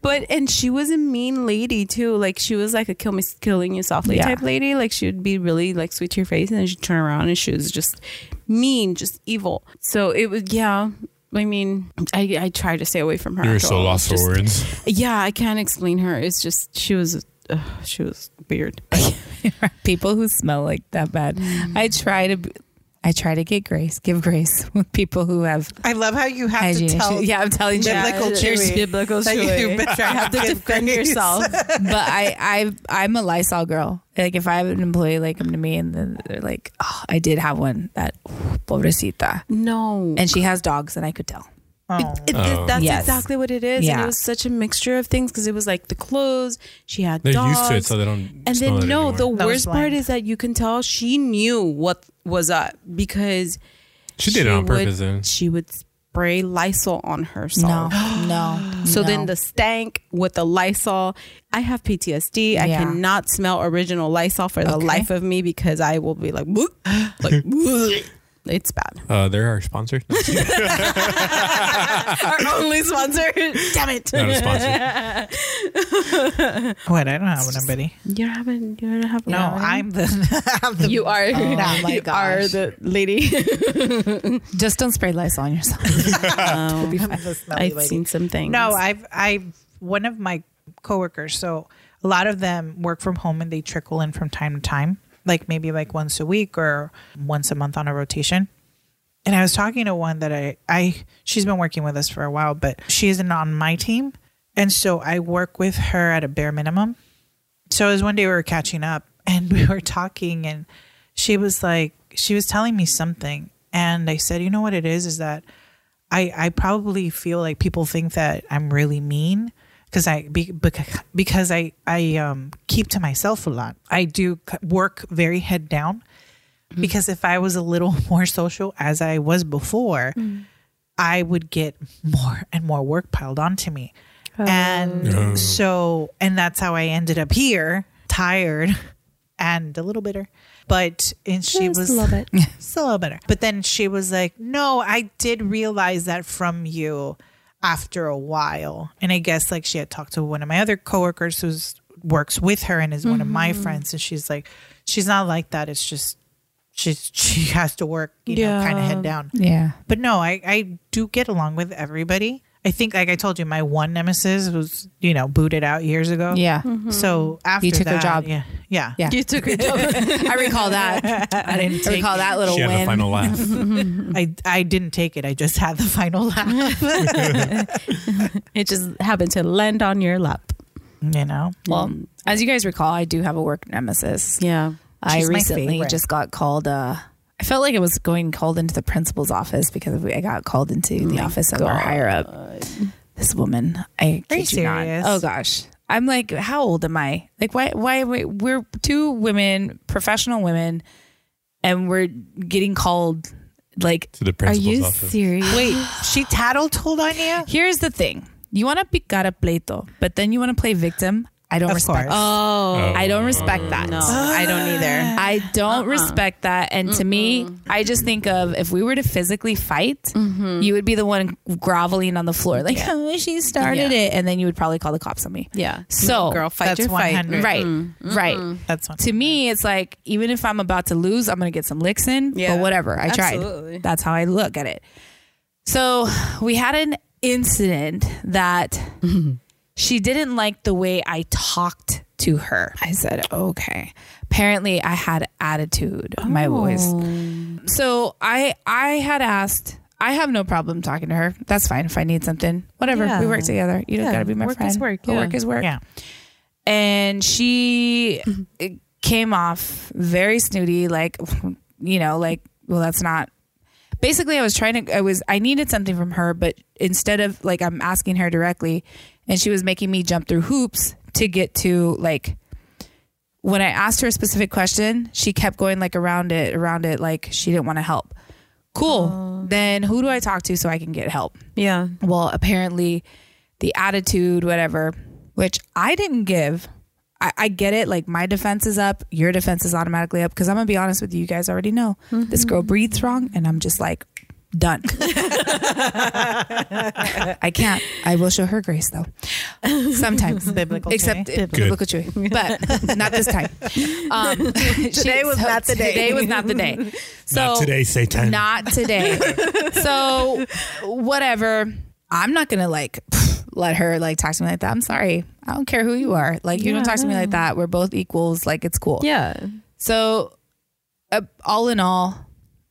Speaker 5: but and she was a mean lady too. Like she was like a kill me killing you softly
Speaker 4: Yeah.
Speaker 5: type lady. Like she would be really like sweet to your face and then she'd turn around and she was just mean, just evil. So it was yeah. I mean, I I tried to stay away from her.
Speaker 2: You're
Speaker 5: after
Speaker 2: so
Speaker 5: all.
Speaker 2: lost
Speaker 5: Just-
Speaker 2: for words.
Speaker 5: Yeah, I can't explain her. It's just she was uh, she was weird.
Speaker 4: people who smell like that bad. I try to, b- I try to get grace, give grace with people who have
Speaker 1: I love how you have
Speaker 4: hygiene
Speaker 1: to tell.
Speaker 4: issues. Yeah, I'm telling you,
Speaker 1: Biblical
Speaker 4: There's-
Speaker 1: Chewy.
Speaker 5: biblical
Speaker 1: that you
Speaker 5: Chewy.
Speaker 1: better have to
Speaker 5: Defend yourself.
Speaker 4: but I, I, I'm a Lysol girl. Like if I have an employee like come to me and then they're like, oh, I did have one that pobrecita,
Speaker 5: No.
Speaker 4: and she has dogs, and I could tell.
Speaker 1: Oh,
Speaker 5: It,
Speaker 2: Oh.
Speaker 5: th- that's
Speaker 4: Yes.
Speaker 5: exactly what it is. And
Speaker 4: Yeah.
Speaker 5: it was such a mixture of things because it was like the clothes, she had
Speaker 2: They're
Speaker 5: dogs.
Speaker 2: used to it, so they don't.
Speaker 5: and
Speaker 2: smell
Speaker 5: then
Speaker 2: it
Speaker 5: no,
Speaker 2: anymore.
Speaker 5: the
Speaker 1: That was
Speaker 5: worst part
Speaker 1: blind.
Speaker 5: is that you can tell she knew what was up because
Speaker 2: she did it on
Speaker 5: would-
Speaker 2: purpose. Then
Speaker 5: She would spray Lysol on
Speaker 4: No,
Speaker 5: herself.
Speaker 4: no.
Speaker 5: So
Speaker 4: no.
Speaker 5: then the stank with the Lysol. I have PTSD. I
Speaker 4: Yeah.
Speaker 5: cannot smell original Lysol for the
Speaker 4: Okay.
Speaker 5: life of me because I will be like, "Bleh," like "Bleh." it's bad.
Speaker 2: uh, they're our sponsor.
Speaker 5: Our only sponsor. Damn it.
Speaker 2: Not a sponsor.
Speaker 1: What? I don't have anybody.
Speaker 5: You don't have a, you don't have a
Speaker 1: No, I'm the. I'm the
Speaker 5: You are.
Speaker 4: Oh my
Speaker 5: you
Speaker 4: gosh.
Speaker 5: are the lady.
Speaker 4: just don't spray Lysol on yourself.
Speaker 1: I'm the smelly
Speaker 5: I've
Speaker 1: lady.
Speaker 5: seen some things.
Speaker 1: No, I've I've one of my coworkers. So a lot of them work from home and they trickle in from time to time, like maybe like once a week or once a month on a rotation. And I was talking to one that I I she's been working with us for a while, but she isn't on my team, and so I work with her at a bare minimum. So it was one day we were catching up and we were talking and she was like she was telling me something and I said, "You know what it is is that I I probably feel like people think that I'm really mean because I be, bec- because I I um keep to myself a lot. I do c- work very head down because if I was a little more social as I was before, I would get more and more work piled onto me. And
Speaker 2: Oh.
Speaker 1: so, and that's how I ended up here, tired and a little bitter. But, and she was
Speaker 5: it.
Speaker 1: still a little bitter. But then she was like, No, I did realize that from you after a while. And I guess like she had talked to one of my other coworkers who's works with her and is one of my friends. And she's like, She's not like that. It's just, she's, she has to work, you know, kind of head down.
Speaker 4: yeah,
Speaker 1: But no, I, I do get along with everybody. I think, like I told you, my one nemesis was, you know, booted out years ago.
Speaker 4: yeah.
Speaker 1: So after
Speaker 4: took her
Speaker 1: that,
Speaker 4: job.
Speaker 1: Yeah. Yeah.
Speaker 4: Yeah.
Speaker 5: You took her job.
Speaker 4: I recall that. I didn't recall that little
Speaker 2: She had the
Speaker 4: win.
Speaker 2: final laugh.
Speaker 1: I, I didn't take it. I just had the final laugh.
Speaker 5: it just happened to land on your lap.
Speaker 1: you know?
Speaker 4: Well, as you guys recall, I do have a work nemesis.
Speaker 5: Yeah.
Speaker 4: I
Speaker 1: She's my
Speaker 4: recently
Speaker 1: favorite.
Speaker 4: just got called. Uh, I felt like I was going called into the principal's office because I got called into the office of our higher up. This woman, I
Speaker 1: Are you
Speaker 4: kid you not.
Speaker 1: serious?
Speaker 4: Oh gosh, I'm like, how old am I? Like, why? Why we- we're two women, professional women, and we're getting called. Like,
Speaker 2: to the principal's office.
Speaker 5: serious?
Speaker 1: Wait, she tattle told on you?
Speaker 4: here's the thing: you want to picar a pleito, but then you want to play victim. I don't
Speaker 1: Of
Speaker 4: respect.
Speaker 1: course. Uh,
Speaker 5: Oh.
Speaker 4: I don't respect that.
Speaker 5: No, Ah. Uh-uh. I don't either.
Speaker 4: I don't respect that. And to me, I just think of if we were to physically fight,
Speaker 5: Mm-hmm.
Speaker 4: you would be the one groveling on the floor, like, oh, she started
Speaker 5: Yeah.
Speaker 4: it. And then you would probably call the cops on me.
Speaker 5: Yeah.
Speaker 4: So,
Speaker 5: girl, mm-hmm. fight
Speaker 1: That's
Speaker 5: your fight.
Speaker 1: 100.
Speaker 4: right, right.
Speaker 1: That's one.
Speaker 4: To me, it's like, even if I'm about to lose, I'm going to get some licks in,
Speaker 5: Yeah.
Speaker 4: but whatever. I
Speaker 5: Absolutely.
Speaker 4: tried. That's how I look at it. So, we had an incident that she didn't like the way I talked to her. I said, okay. Apparently, I had attitude, in my voice. So I I had asked, I have no problem talking to her. That's fine if I need something. Whatever.
Speaker 3: Yeah.
Speaker 4: We work together. You
Speaker 3: Yeah.
Speaker 4: don't gotta be my
Speaker 5: Work
Speaker 4: friend.
Speaker 5: is work,
Speaker 4: But
Speaker 5: yeah.
Speaker 4: Work is work.
Speaker 1: Yeah.
Speaker 4: And she it came off very snooty, like you know, like well, that's not. Basically, I was trying to. I was. I needed something from her, but instead of like I'm asking her directly, and she was making me jump through hoops to get to like when I asked her a specific question, she kept going like around it, around it, like she didn't want to help. Cool. Then who do I talk to so I can get help?
Speaker 5: Yeah.
Speaker 4: Well, apparently the attitude, whatever, which I didn't give. I, I get it. Like my defense is up, your defense is automatically up. Cause I'm gonna be honest with you, you guys already know
Speaker 3: Mm-hmm.
Speaker 4: this girl breathes wrong, and I'm just like, done. I can't. I will show her grace though. Sometimes,
Speaker 1: Biblical
Speaker 4: except
Speaker 1: chewy.
Speaker 4: it- biblical chewy, but not this time. Um, today
Speaker 3: was not the day.
Speaker 4: Today was not the day. So
Speaker 2: Not today, Satan.
Speaker 4: not today. so whatever. I'm not gonna like let her like talk to me like that. I'm sorry. I don't care who you are. Like you don't talk to me like that. We're both equals. Like it's cool.
Speaker 5: Yeah.
Speaker 4: So uh, all in all,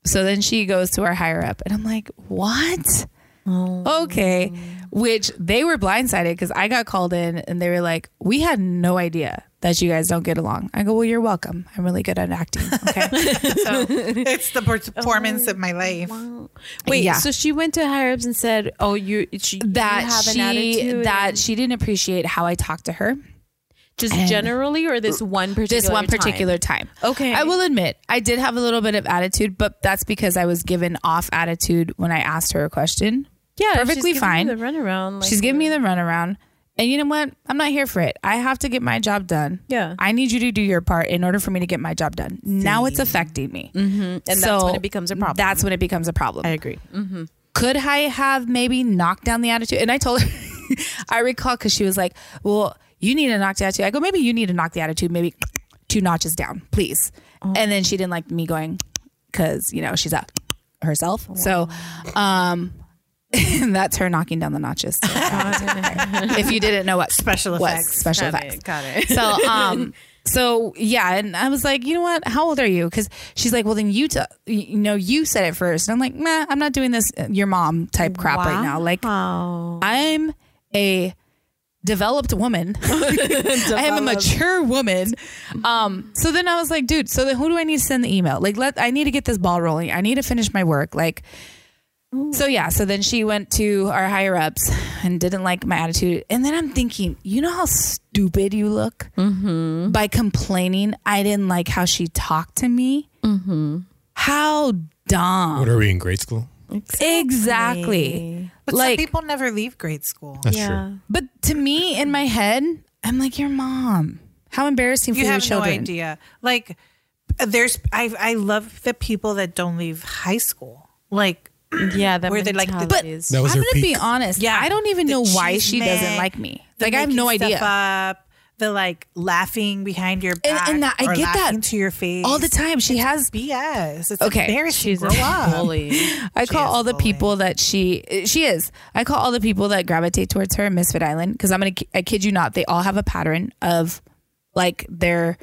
Speaker 4: so then she goes to our higher up, and I'm like, what? Okay. Which they were blindsided because I got called in and they were like, we had no idea that you guys don't get along. I go, well, you're welcome. I'm really good at acting. Okay. so
Speaker 1: It's the performance of my life.
Speaker 5: Oh. Wait.
Speaker 4: Yeah.
Speaker 5: So she went to higher ups and said, "Oh, you she,
Speaker 4: that
Speaker 5: you have
Speaker 4: she
Speaker 5: an attitude
Speaker 4: that she didn't appreciate how I talked to her
Speaker 5: just generally or this one particular
Speaker 4: this one
Speaker 5: time?
Speaker 4: particular time.
Speaker 5: Okay.
Speaker 4: I will admit I did have a little bit of attitude, but that's because I was given off attitude when I asked her a question.
Speaker 5: Yeah. she's
Speaker 4: perfectly
Speaker 5: giving you
Speaker 4: fine.
Speaker 5: The runaround. Like, mm.
Speaker 4: She's giving me the runaround. And you know what? I'm not here for it. I have to get my job done.
Speaker 5: Yeah.
Speaker 4: I need you to do your part in order for me to get my job done. Now it's affecting me. Mm-hmm. And
Speaker 5: that's when it becomes a problem. Mm-hmm.
Speaker 4: That's when it becomes a problem.
Speaker 1: I agree.
Speaker 4: Could I have maybe knocked down the attitude? And I told her, I recall because she was like, well, you need to knock the attitude. I go, maybe you need to knock the attitude maybe two notches down, please.
Speaker 5: Oh.
Speaker 4: And then she didn't like me going because, you know, she's up herself. So, um, that's her knocking down the notches. if you didn't know what
Speaker 1: Special
Speaker 4: was
Speaker 1: effects.
Speaker 4: special
Speaker 5: Got
Speaker 4: effects.
Speaker 5: it, got it.
Speaker 4: So, um, so yeah, and I was like, you know what? How old are you? Because she's like, well, then you, t- you know, you said it first, and I'm like, nah, I'm not doing this. uh, Your mom type crap right now. Like, I'm a developed woman. I am a mature woman. Um, so then I was like, dude, so then who do I need to send the email? Like, let I need to get this ball rolling. I need to finish my work. Like, so yeah, so then she went to our higher ups and didn't like my attitude. And then I'm thinking, you know how stupid you look by complaining I didn't like how she talked to me. Mm-hmm. How dumb!
Speaker 2: What are we in grade school?
Speaker 4: Exactly.
Speaker 1: But
Speaker 4: like,
Speaker 1: some people never leave grade school.
Speaker 2: That's
Speaker 5: Yeah.
Speaker 2: true.
Speaker 4: but to me in my head, I'm like your mom. How embarrassing for
Speaker 1: you
Speaker 4: your
Speaker 1: have
Speaker 4: children.
Speaker 1: no idea. Like there's I I love the people that don't leave high school. Like
Speaker 5: Yeah. That
Speaker 1: Where they like the-
Speaker 5: mentality
Speaker 1: But-
Speaker 5: is-
Speaker 2: That was
Speaker 4: I'm
Speaker 2: her
Speaker 4: gonna
Speaker 2: peak.
Speaker 4: be honest.
Speaker 1: Yeah.
Speaker 4: I don't even
Speaker 1: The
Speaker 4: know why
Speaker 1: cheese
Speaker 4: she
Speaker 1: man,
Speaker 4: doesn't like me.
Speaker 1: the
Speaker 4: Like I have
Speaker 1: making
Speaker 4: no
Speaker 1: stuff
Speaker 4: idea.
Speaker 1: Up, the like laughing behind your back
Speaker 4: and that- I
Speaker 1: or
Speaker 4: get that
Speaker 1: laughing to your face
Speaker 4: All the time. She has
Speaker 1: BS. It's
Speaker 4: Okay.
Speaker 1: embarrassing.
Speaker 5: She's
Speaker 1: Grow
Speaker 5: a
Speaker 1: up.
Speaker 5: bully.
Speaker 4: I call
Speaker 1: is
Speaker 4: all the
Speaker 1: bullying.
Speaker 4: people that she she is. I call all the people that gravitate towards her in Misfit Island because I'm gonna. I kid you not. They all have a pattern of like their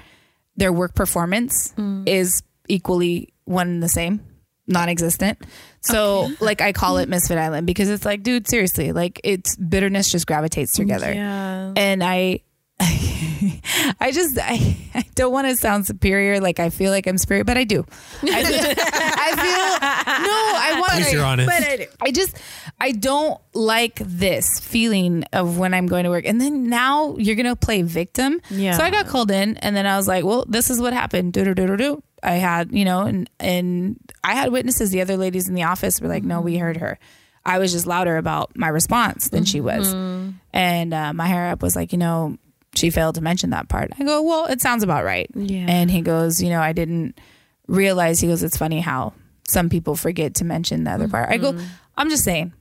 Speaker 4: their work performance
Speaker 1: Mm.
Speaker 4: is equally one and the same, non-existent. So like I call it Misfit Island because it's like, dude, seriously, like it's bitterness just gravitates together.
Speaker 5: Yeah.
Speaker 4: And I. I just I, I don't want to sound superior like I feel like I'm superior but I do. I feel, I feel no I want
Speaker 2: At least you're honest.
Speaker 4: I just I don't like this feeling of when I'm going to work. And then now you're gonna play victim.
Speaker 5: Yeah.
Speaker 4: So I got called in and then I was like, Well, this is what happened. Do do do do do. I had, you know, and and I had witnesses. The other ladies in the office were like, No, we heard her. I was just louder about my response than she was. And uh, my hair up was like, you know, she failed to mention that part. I go, well, it sounds about right.
Speaker 5: Yeah.
Speaker 4: And he goes, you know, I didn't realize. He goes, it's funny how some people forget to mention the other part. I go, I'm just saying,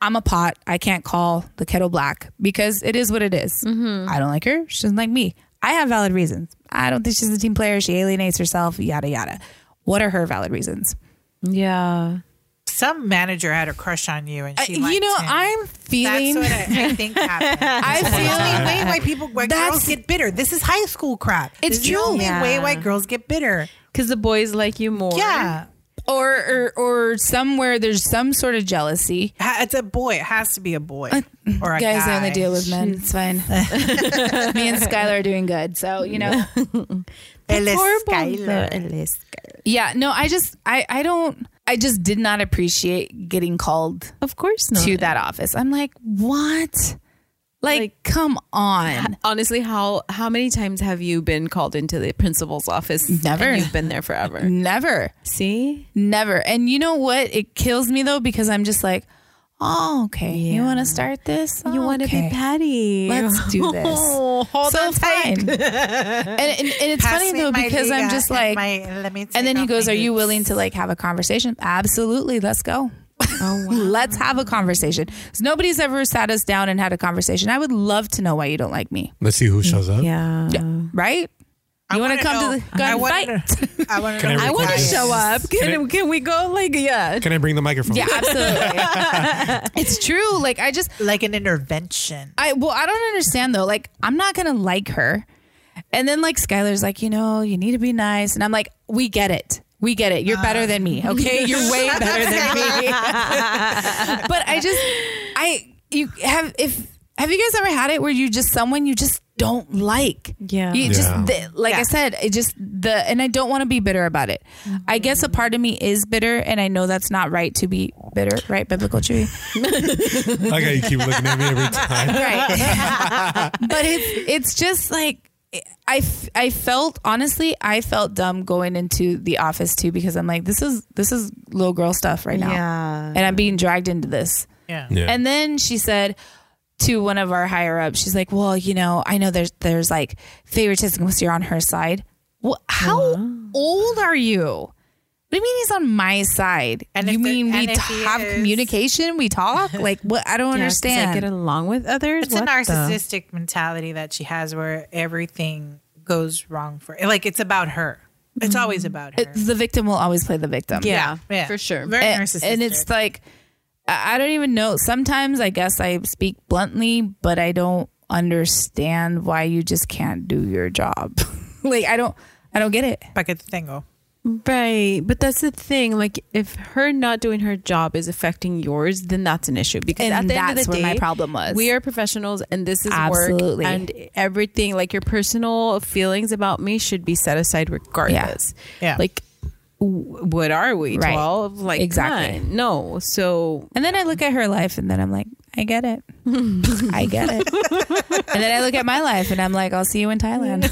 Speaker 4: I'm a pot. I can't call the kettle black because it is what it is. I don't like her. She doesn't like me. I have valid reasons. I don't think she's a team player. She alienates herself, yada, yada. What are her valid reasons?
Speaker 5: Yeah.
Speaker 1: Some manager had a crush on you, and
Speaker 4: I-
Speaker 1: she.
Speaker 4: you know,
Speaker 1: liked him.
Speaker 4: I'm feeling.
Speaker 1: That's what I, I think happened.
Speaker 4: I
Speaker 1: That's the
Speaker 4: feel.
Speaker 1: only way why people why
Speaker 4: That's-
Speaker 1: girls get bitter. This is high school crap.
Speaker 4: It's
Speaker 1: This is
Speaker 4: true.
Speaker 1: The only
Speaker 5: Yeah.
Speaker 1: way why girls get bitter.
Speaker 5: Because the boys like you more.
Speaker 1: Yeah.
Speaker 4: or, or or somewhere there's some sort of jealousy.
Speaker 1: Ha- It's a boy. It has to be a boy or a
Speaker 4: Uh, Guys,
Speaker 1: guy.
Speaker 4: I only deal with men. It's fine. Me and Skylar are doing good, so you know.
Speaker 1: El es
Speaker 5: Horrible.
Speaker 1: Skylar.
Speaker 4: Yeah, no, I just I I don't I just did not appreciate getting called
Speaker 5: Of course not.
Speaker 4: to that office. I'm like, what? Like,
Speaker 5: Like-
Speaker 4: come on.
Speaker 5: Honestly, how how many times have you been called into the principal's office?
Speaker 4: Never.
Speaker 5: And you've been there forever.
Speaker 4: Never.
Speaker 5: See,
Speaker 4: Never. And you know what? It kills me though because I'm just like, oh, okay. You want to start this?
Speaker 5: you want to
Speaker 4: Okay.
Speaker 5: be Patty?
Speaker 4: Let's do this.
Speaker 1: Oh, hold
Speaker 4: so
Speaker 1: on tight.
Speaker 4: fine. and, and, and it's
Speaker 1: Pass
Speaker 4: funny
Speaker 1: me
Speaker 4: though
Speaker 1: my
Speaker 4: because I'm
Speaker 1: liga
Speaker 4: just
Speaker 1: and
Speaker 4: like,
Speaker 1: my- let me take
Speaker 4: and then he
Speaker 1: off
Speaker 4: goes,
Speaker 1: my
Speaker 4: "Are you
Speaker 1: boots."
Speaker 4: willing to like have a conversation?" Absolutely. Let's go. Oh, let's have a conversation. 'Cause nobody's ever sat us down and had a conversation. I would love to know why you don't like me,
Speaker 2: Let's see who shows up.
Speaker 5: Yeah.
Speaker 4: right?
Speaker 1: I
Speaker 4: you want
Speaker 1: wanna
Speaker 4: to come
Speaker 1: know-
Speaker 4: to the gun
Speaker 1: I wanna-
Speaker 4: fight?
Speaker 1: I want
Speaker 2: Can I
Speaker 5: I want to
Speaker 2: Yes.
Speaker 5: show up.
Speaker 2: Can
Speaker 5: Can, can we go? Like, yeah.
Speaker 2: Can I bring the microphone?
Speaker 4: yeah, absolutely. it's true. Like I just,
Speaker 1: like an intervention.
Speaker 4: I well, I don't understand though. Like, I'm not gonna like her. And then like Skylar's like, you know, you need to be nice. And I'm like, we get it. We get it. You're better than me. Okay. You're way better than me. but I just I you have if have you guys ever had it where you just someone you just don't like?
Speaker 5: Yeah.
Speaker 4: You just
Speaker 2: Yeah.
Speaker 4: the, like I said, it just the and I don't want to be bitter about it. I guess a part of me is bitter and I know that's not right to be bitter, right? Biblical tree.
Speaker 2: I got you keep looking at me every time.
Speaker 4: right but it's it's just like I, f- I felt honestly I felt dumb going into the office too because I'm like this is this is little girl stuff right now
Speaker 3: Yeah.
Speaker 4: and I'm being dragged into this
Speaker 1: Yeah.
Speaker 2: Yeah.
Speaker 4: and then she said to one of our higher ups she's like well you know I know there's there's like favoritism because you're on her side well how old are you what do you mean he's on my side
Speaker 1: And
Speaker 4: you
Speaker 1: if the-
Speaker 4: mean we
Speaker 1: and if he
Speaker 4: have
Speaker 1: is-
Speaker 4: communication we talk like what I don't understand
Speaker 5: I get along with others.
Speaker 1: It's a narcissistic mentality that she has where everything goes wrong for like it's about her. It's always
Speaker 4: Mm-hmm.
Speaker 1: about her.
Speaker 4: the victim will always play the victim.
Speaker 1: yeah, yeah.
Speaker 5: for sure.
Speaker 1: Very
Speaker 4: And,
Speaker 1: narcissistic.
Speaker 4: and it's like, I I don't even know. Sometimes I guess I speak bluntly, but I don't understand why you just can't do your job. like, I don't, I don't get it.
Speaker 1: Paquete tengo.
Speaker 5: Right. But that's the thing. Like, if her not doing her job is affecting yours, then that's an issue. Because
Speaker 4: And
Speaker 5: at the end of
Speaker 4: that's
Speaker 5: the
Speaker 4: where
Speaker 5: day,
Speaker 4: my problem was.
Speaker 5: We are professionals and this is
Speaker 4: Absolutely.
Speaker 5: work. And everything, like your personal feelings about me should be set aside regardless.
Speaker 1: Yeah.
Speaker 5: Like, w- what are we?
Speaker 4: Right.
Speaker 5: 12? Like,
Speaker 4: Exactly.
Speaker 5: come on. No. So,
Speaker 4: And then I look at her life and then I'm like, I get it. I get it. and then I look at my life and I'm like, I'll see you in Thailand.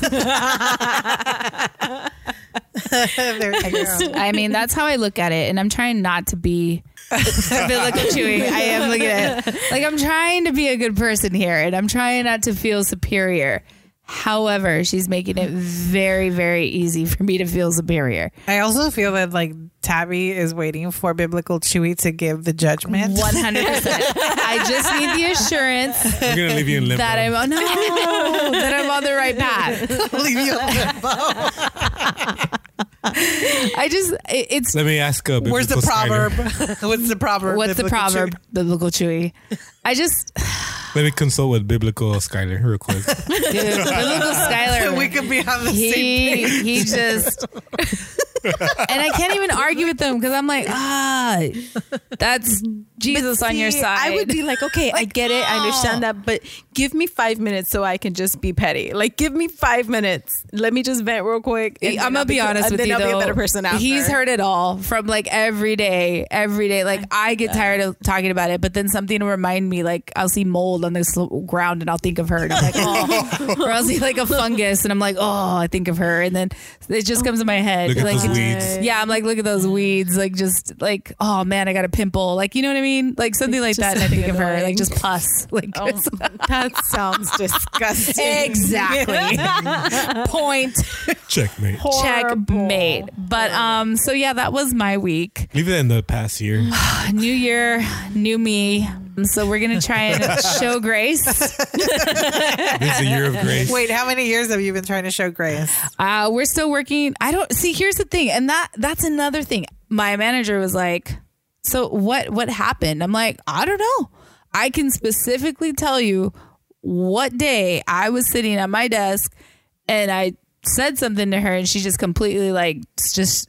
Speaker 1: There you go.
Speaker 4: I mean, that's how I look at it. And I'm trying not to be. look at Chewy. I am looking at it. Like, I'm trying to be a good person here and I'm trying not to feel superior. However, she's making it very, very easy for me to feel superior.
Speaker 1: I also feel that like Tabby is waiting for biblical Chewy to give the judgment.
Speaker 4: 100%. I just need the assurance
Speaker 2: We're gonna leave you in limbo.
Speaker 4: that I'm, on- no, that I'm on the right path.
Speaker 1: Leave you alone.
Speaker 4: I just, it, it's
Speaker 2: Let me ask a
Speaker 1: Where's the
Speaker 2: biblical
Speaker 1: proverb?
Speaker 2: Snyder.
Speaker 1: What's the proverb?
Speaker 4: What's the
Speaker 1: Biblical
Speaker 4: proverb? Biblical Chewy. I just,
Speaker 2: Let me consult with biblical Skyler real quick.
Speaker 4: dude, biblical Skylar.
Speaker 1: Chewy? We could be on the same.
Speaker 4: he he just and I can't even argue with them because I'm like ah that's Jesus on your
Speaker 5: See,
Speaker 4: side.
Speaker 5: I would be like, okay, I get it, I understand that, but give me five minutes so I can just be petty. Like, give me five minutes. Let me just vent real quick. and
Speaker 4: I'm
Speaker 5: then I'll
Speaker 4: gonna be honest
Speaker 5: and
Speaker 4: with
Speaker 5: then
Speaker 4: you
Speaker 5: I'll
Speaker 4: though.
Speaker 5: be a better person after.
Speaker 4: He's heard it all from like every day, every day. Like I get tired of talking about it, but then something will remind me. Like I'll see mold on this l- ground, and I'll think of her, and I'm like, oh. or I'll see like a fungus, and I'm like, oh, I think of her, and then it just comes in my head.
Speaker 2: Look at
Speaker 4: like
Speaker 2: those
Speaker 4: it's-
Speaker 2: weeds.
Speaker 4: Yeah, I'm like, look at those weeds. Like just like, oh man, I got a pimple. Like you know what I mean? Like something like that. And I think of her, like just pus. Like
Speaker 5: that sounds disgusting.
Speaker 4: exactly. Point.
Speaker 2: Checkmate.
Speaker 4: checkmate. But um, so yeah, that was my week.
Speaker 2: Leave it in the past year.
Speaker 4: New year, new me. So we're gonna try and show grace.
Speaker 2: This is a year of grace.
Speaker 1: Wait, how many years have you been trying to show grace?
Speaker 4: Uh, we're still working. I don't see. Here's the thing, and that that's another thing. My manager was like, "So what? What happened?" I'm like, "I don't know. I can specifically tell you what day I was sitting at my desk and I said something to her, and she just completely like just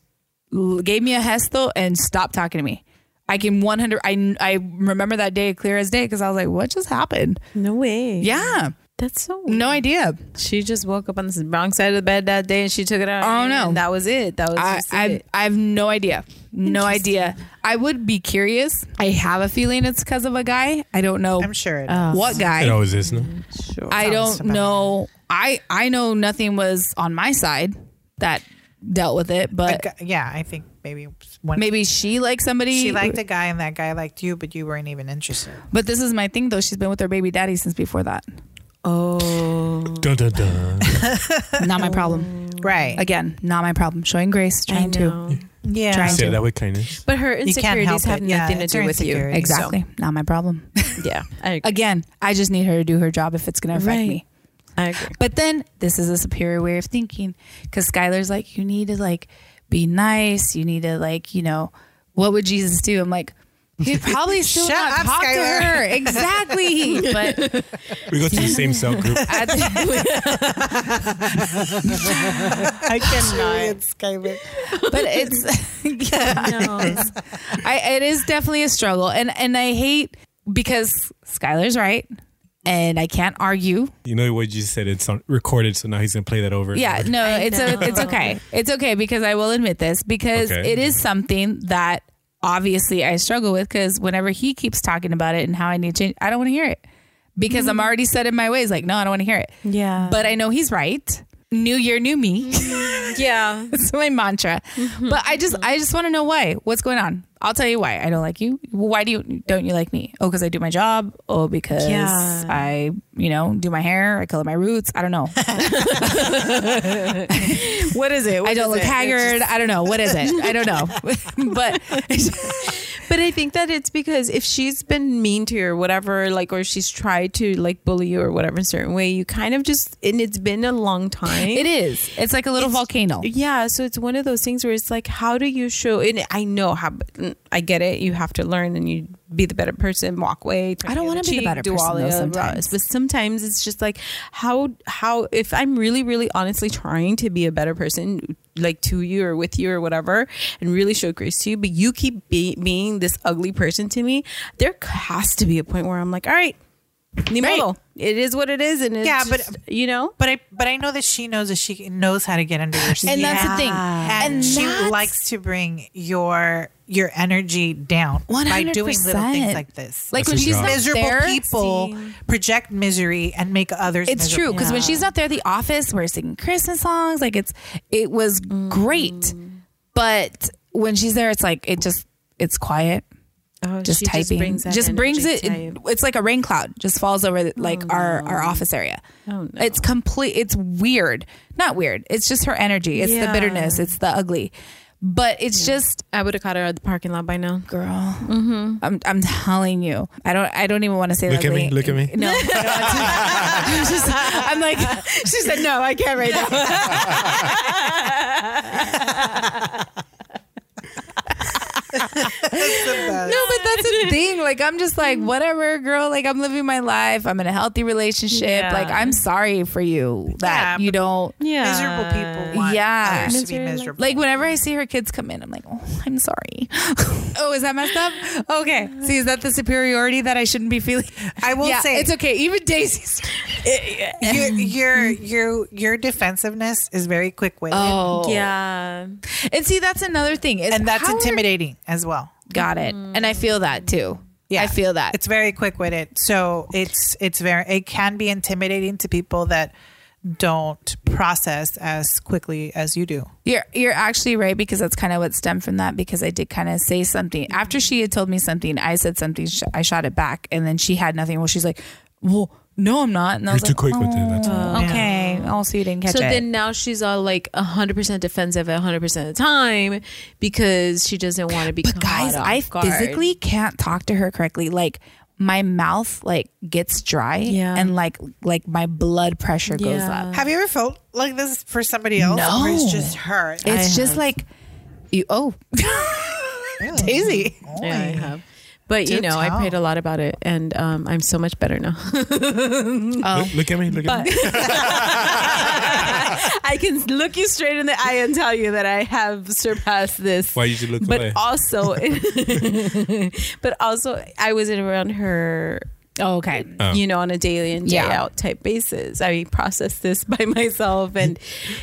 Speaker 4: l- gave me a hesto and stopped talking to me. I can 100. I I remember that day clear as day because I was like, what just happened?
Speaker 3: No way.
Speaker 4: Yeah,
Speaker 3: That's so weird.
Speaker 4: no idea.
Speaker 3: She just woke up on the wrong side of the bed that day and she took it out.
Speaker 4: Oh,
Speaker 3: and
Speaker 4: no.
Speaker 3: That was it. That was
Speaker 4: I,
Speaker 3: just
Speaker 4: I
Speaker 3: it.
Speaker 4: I have no idea. No idea. I would be curious. I have a feeling it's because of a guy. I don't know
Speaker 1: I'm sure it
Speaker 4: what guy.
Speaker 2: It always is. No?
Speaker 4: I
Speaker 1: honest
Speaker 4: don't
Speaker 1: about
Speaker 4: know. I I know nothing was on my side that dealt with it, but
Speaker 1: is. Yeah, I think maybe when
Speaker 4: maybe she liked somebody.
Speaker 1: she liked a guy and that guy liked you, but you weren't even interested.
Speaker 4: But this is my thing though. She's been with her baby daddy since before that.
Speaker 3: Oh.
Speaker 2: Dun, dun, dun.
Speaker 4: Not my problem.
Speaker 1: Right.
Speaker 4: Again, not my problem. Showing grace,
Speaker 3: I
Speaker 4: trying to
Speaker 3: know.
Speaker 1: yeah.
Speaker 4: Trying
Speaker 2: Say it that with kindness.
Speaker 5: But her
Speaker 1: You can't help
Speaker 5: insecurities have
Speaker 1: it. Yeah,
Speaker 5: nothing to
Speaker 1: it's
Speaker 5: do
Speaker 1: her
Speaker 5: with you.
Speaker 1: insecurity.
Speaker 4: exactly not my problem.
Speaker 3: Yeah. I agree.
Speaker 4: Again, I just need her to do her job if it's going to affect
Speaker 5: Right.
Speaker 4: me.
Speaker 3: I agree.
Speaker 4: But then this is a superior way of thinking because Skylar's like, you need to like be nice. You need to like, you know, what would Jesus do? I'm like, he'd probably still
Speaker 1: Shut
Speaker 4: not
Speaker 1: up,
Speaker 4: talk
Speaker 1: Skylar.
Speaker 4: to her. Exactly. But
Speaker 2: We go to the same cell group.
Speaker 4: at the-
Speaker 1: I cannot. Skylar.
Speaker 4: but it's, yeah, it's- I, it is definitely a struggle. And, and I hate because Skylar's right. And I can't argue.
Speaker 2: You know what you said? It's on, recorded, so now he's gonna play that over. and
Speaker 4: Yeah,
Speaker 2: over.
Speaker 4: no, it's a, it's okay. It's okay because I will admit this because
Speaker 2: Okay.
Speaker 4: it is something that obviously I struggle with because whenever he keeps talking about it and how I need to change, I don't want to hear it because I'm already set in my ways. Like, no, I don't want to hear it.
Speaker 3: Yeah.
Speaker 4: But I know he's right. New year, new me.
Speaker 3: yeah.
Speaker 4: That's my mantra.
Speaker 3: Mm-hmm.
Speaker 4: But I just, I just want to know why. What's going on? I'll tell you why I don't like you. Why do you don't you like me? Oh, because I do my job. Oh, because
Speaker 3: Yeah.
Speaker 4: I, you know, do my hair. I color my roots. I don't know.
Speaker 3: What is it?
Speaker 4: I don't look haggard. I don't know. What is it? I don't know. but
Speaker 5: But I think that it's because if she's been mean to you or whatever, like, or she's tried to like bully you or whatever in a certain way, you kind of just, and it's been a long time.
Speaker 4: it is. It's like a little volcano.
Speaker 5: Yeah, so it's one of those things where it's like, how do you show? And I know how, I get it. You have to learn, and you be the better person. Walk away. turn
Speaker 4: I don't
Speaker 5: the
Speaker 4: wanna
Speaker 5: other
Speaker 4: be the
Speaker 5: cheek,
Speaker 4: better
Speaker 5: do
Speaker 4: person,
Speaker 5: all the
Speaker 4: though,
Speaker 5: other blah.
Speaker 4: sometimes.
Speaker 5: but sometimes it's just like how how if I'm really really honestly trying to be a better person, like to you or with you or whatever, and really show grace to you, but you keep be, being this ugly person to me. There has to be a point where I'm like, all right. Ni modo. It is what it is, and it's
Speaker 1: Yeah, but-
Speaker 5: just, you know,
Speaker 1: But I but I know that she knows that she knows how to get under your skin.
Speaker 4: And that's the thing.
Speaker 1: And,
Speaker 4: And
Speaker 1: she
Speaker 4: that's-
Speaker 1: likes to bring your your energy down by doing little things
Speaker 4: 100%.
Speaker 1: like this.
Speaker 4: Like
Speaker 2: That's
Speaker 4: when
Speaker 2: her
Speaker 4: she's
Speaker 2: job.
Speaker 4: not
Speaker 1: miserable
Speaker 4: there,
Speaker 1: people project misery and make others.
Speaker 4: It's true because when she's not there, the office we're singing Christmas songs. Like it's it was great,
Speaker 5: Mm.
Speaker 4: but when she's there, it's like it just it's quiet.
Speaker 5: oh,
Speaker 4: Just typing, just brings, it, it- It's like a rain cloud, just falls over the- like our our office area.
Speaker 5: Oh, no.
Speaker 4: It's complete. It's weird, not weird. It's just her energy. It's the
Speaker 5: Yeah.
Speaker 4: bitterness. It's the ugly. But it's just
Speaker 3: I would have caught her at the parking lot by now.
Speaker 4: girl.
Speaker 1: Mm-hmm.
Speaker 4: I'm I'm telling you. I don't I don't even want to say
Speaker 2: Look
Speaker 4: that.
Speaker 2: at me,
Speaker 4: late.
Speaker 2: look at me.
Speaker 4: No. I don't want to. I'm just- I'm like she said no, I can't right now. No, but that's the thing. Like I'm just
Speaker 1: Mm-hmm.
Speaker 4: like whatever, girl. Like I'm living my life. I'm in a healthy relationship.
Speaker 3: Yeah.
Speaker 4: Like I'm sorry for you that
Speaker 1: Yeah,
Speaker 4: you
Speaker 1: but-
Speaker 4: don't
Speaker 3: Yeah.
Speaker 1: miserable people want
Speaker 4: Yeah.
Speaker 1: others to be
Speaker 5: Misery, like-
Speaker 1: miserable.
Speaker 4: Like whenever I see her kids come in, I'm like, oh, I'm sorry. oh, is that messed up? Okay. See, is that the superiority that I shouldn't be feeling?
Speaker 1: I will
Speaker 4: yeah,
Speaker 1: say
Speaker 4: it's okay. Even Daisy's.
Speaker 1: your your your your defensiveness is very quick witted,
Speaker 4: Oh,
Speaker 5: Oh.
Speaker 3: Yeah.
Speaker 4: and see, that's another thing. Is
Speaker 1: and that's
Speaker 4: how are-
Speaker 1: intimidating as well.
Speaker 4: Got it. And I feel that too.
Speaker 1: Yeah.
Speaker 4: I feel that.
Speaker 1: It's very quick witted, so it's it's very it can be intimidating to people that don't process as quickly as you do.
Speaker 4: You're you're actually right because that's kind of what stemmed from that because I did kind of say something after she had told me something. I said something. Sh- I shot it back, and then she had nothing. Well, she's like, "Well, no, I'm not." And I
Speaker 2: You're
Speaker 4: was
Speaker 2: too
Speaker 4: like,
Speaker 2: quick with it. That's all.
Speaker 4: "Oh, okay, also you didn't catch
Speaker 3: So
Speaker 4: it.
Speaker 3: then now she's all like 100% defensive 100% of the time because she doesn't want to be
Speaker 4: but guys,
Speaker 3: caught
Speaker 4: I
Speaker 3: off guard.
Speaker 4: physically can't talk to her correctly. Like my mouth like gets dry,
Speaker 3: Yeah.
Speaker 4: and like like my blood pressure goes
Speaker 3: Yeah.
Speaker 4: up.
Speaker 1: Have you ever felt like this for somebody else?
Speaker 4: No.
Speaker 1: or it's just her.
Speaker 4: It's just like, you, oh, Daisy.
Speaker 3: Yeah, I have.
Speaker 5: But you
Speaker 1: Do
Speaker 5: know, I
Speaker 1: tell.
Speaker 5: prayed a lot about it, and um, I'm so much better now.
Speaker 4: Oh,
Speaker 2: Look, look at me. Look at me.
Speaker 5: I can look you straight in the eye and tell you that I have surpassed this.
Speaker 2: Why you should look
Speaker 5: but
Speaker 2: away?
Speaker 5: also, but also, I was around her.
Speaker 4: Oh, okay.
Speaker 2: Oh.
Speaker 5: You know, on a daily and day
Speaker 4: Yeah.
Speaker 5: out type basis, I processed this by myself, and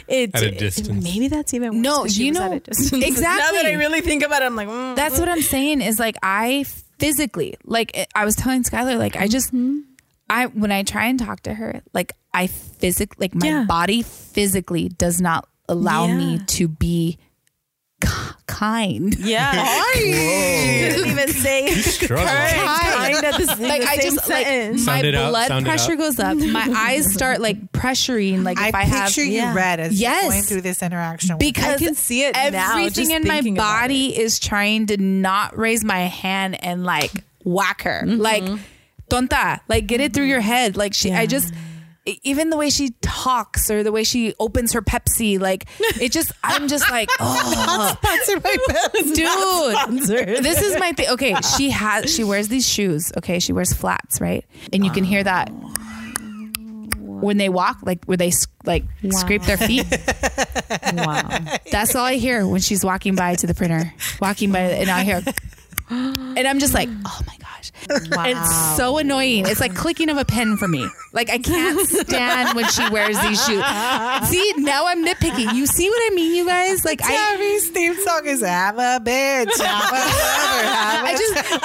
Speaker 5: it
Speaker 2: At a distance.
Speaker 5: Maybe that's even worse
Speaker 4: No,
Speaker 5: 'cause she
Speaker 4: you
Speaker 5: was at
Speaker 4: know-
Speaker 5: a distance. now that I
Speaker 4: exactly.
Speaker 5: really think about it, I'm like, mm,
Speaker 4: That's what I'm saying is like I physically like I- I was telling Skylar like I just
Speaker 5: Mm-hmm.
Speaker 4: I when I try and talk to her like I physically like my
Speaker 5: Yeah.
Speaker 4: body physically does not allow me
Speaker 5: Yeah.
Speaker 4: to be k- kind.
Speaker 5: yeah.
Speaker 2: Whoa.
Speaker 5: didn't mm. even say
Speaker 2: Struggle.
Speaker 5: kind at the, in
Speaker 4: Like
Speaker 5: the
Speaker 4: I
Speaker 5: same
Speaker 4: just
Speaker 5: sentence.
Speaker 2: Sound
Speaker 4: like my
Speaker 2: it out,
Speaker 4: blood
Speaker 2: sound it
Speaker 4: pressure
Speaker 2: out.
Speaker 4: goes up. My eyes start like pressuring like
Speaker 1: I,
Speaker 4: if I have
Speaker 1: picture you
Speaker 5: yeah.
Speaker 1: red as you're
Speaker 4: Yes.
Speaker 1: going through this interaction. with-
Speaker 4: because
Speaker 5: I can see it now,
Speaker 4: everything
Speaker 5: just
Speaker 4: in my
Speaker 5: thinking about
Speaker 4: body is trying to not raise my hand and like whack her
Speaker 5: Mm-hmm.
Speaker 4: like tonta like get it through your head like she i just e- even the way she talks or the way she opens her pepsi like it just i'm just like oh
Speaker 1: sponsored by Pepsi.
Speaker 4: dude this is my thing okay she has she wears these shoes okay she wears flats right and you can hear that when they walk like where they s- like scrape their feet
Speaker 5: wow.
Speaker 4: that's all I hear when she's walking by to the printer, walking by, and I hear, and I'm just like, oh my gosh, it's so annoying. It's like clicking of a pen for me. Like I can't stand when she wears these shoes. See, now I'm nitpicking. You see what I mean, you guys? Like I,
Speaker 1: Tammy's theme song is "I'm a bitch." I'm a lover, I'm a-"
Speaker 4: I just,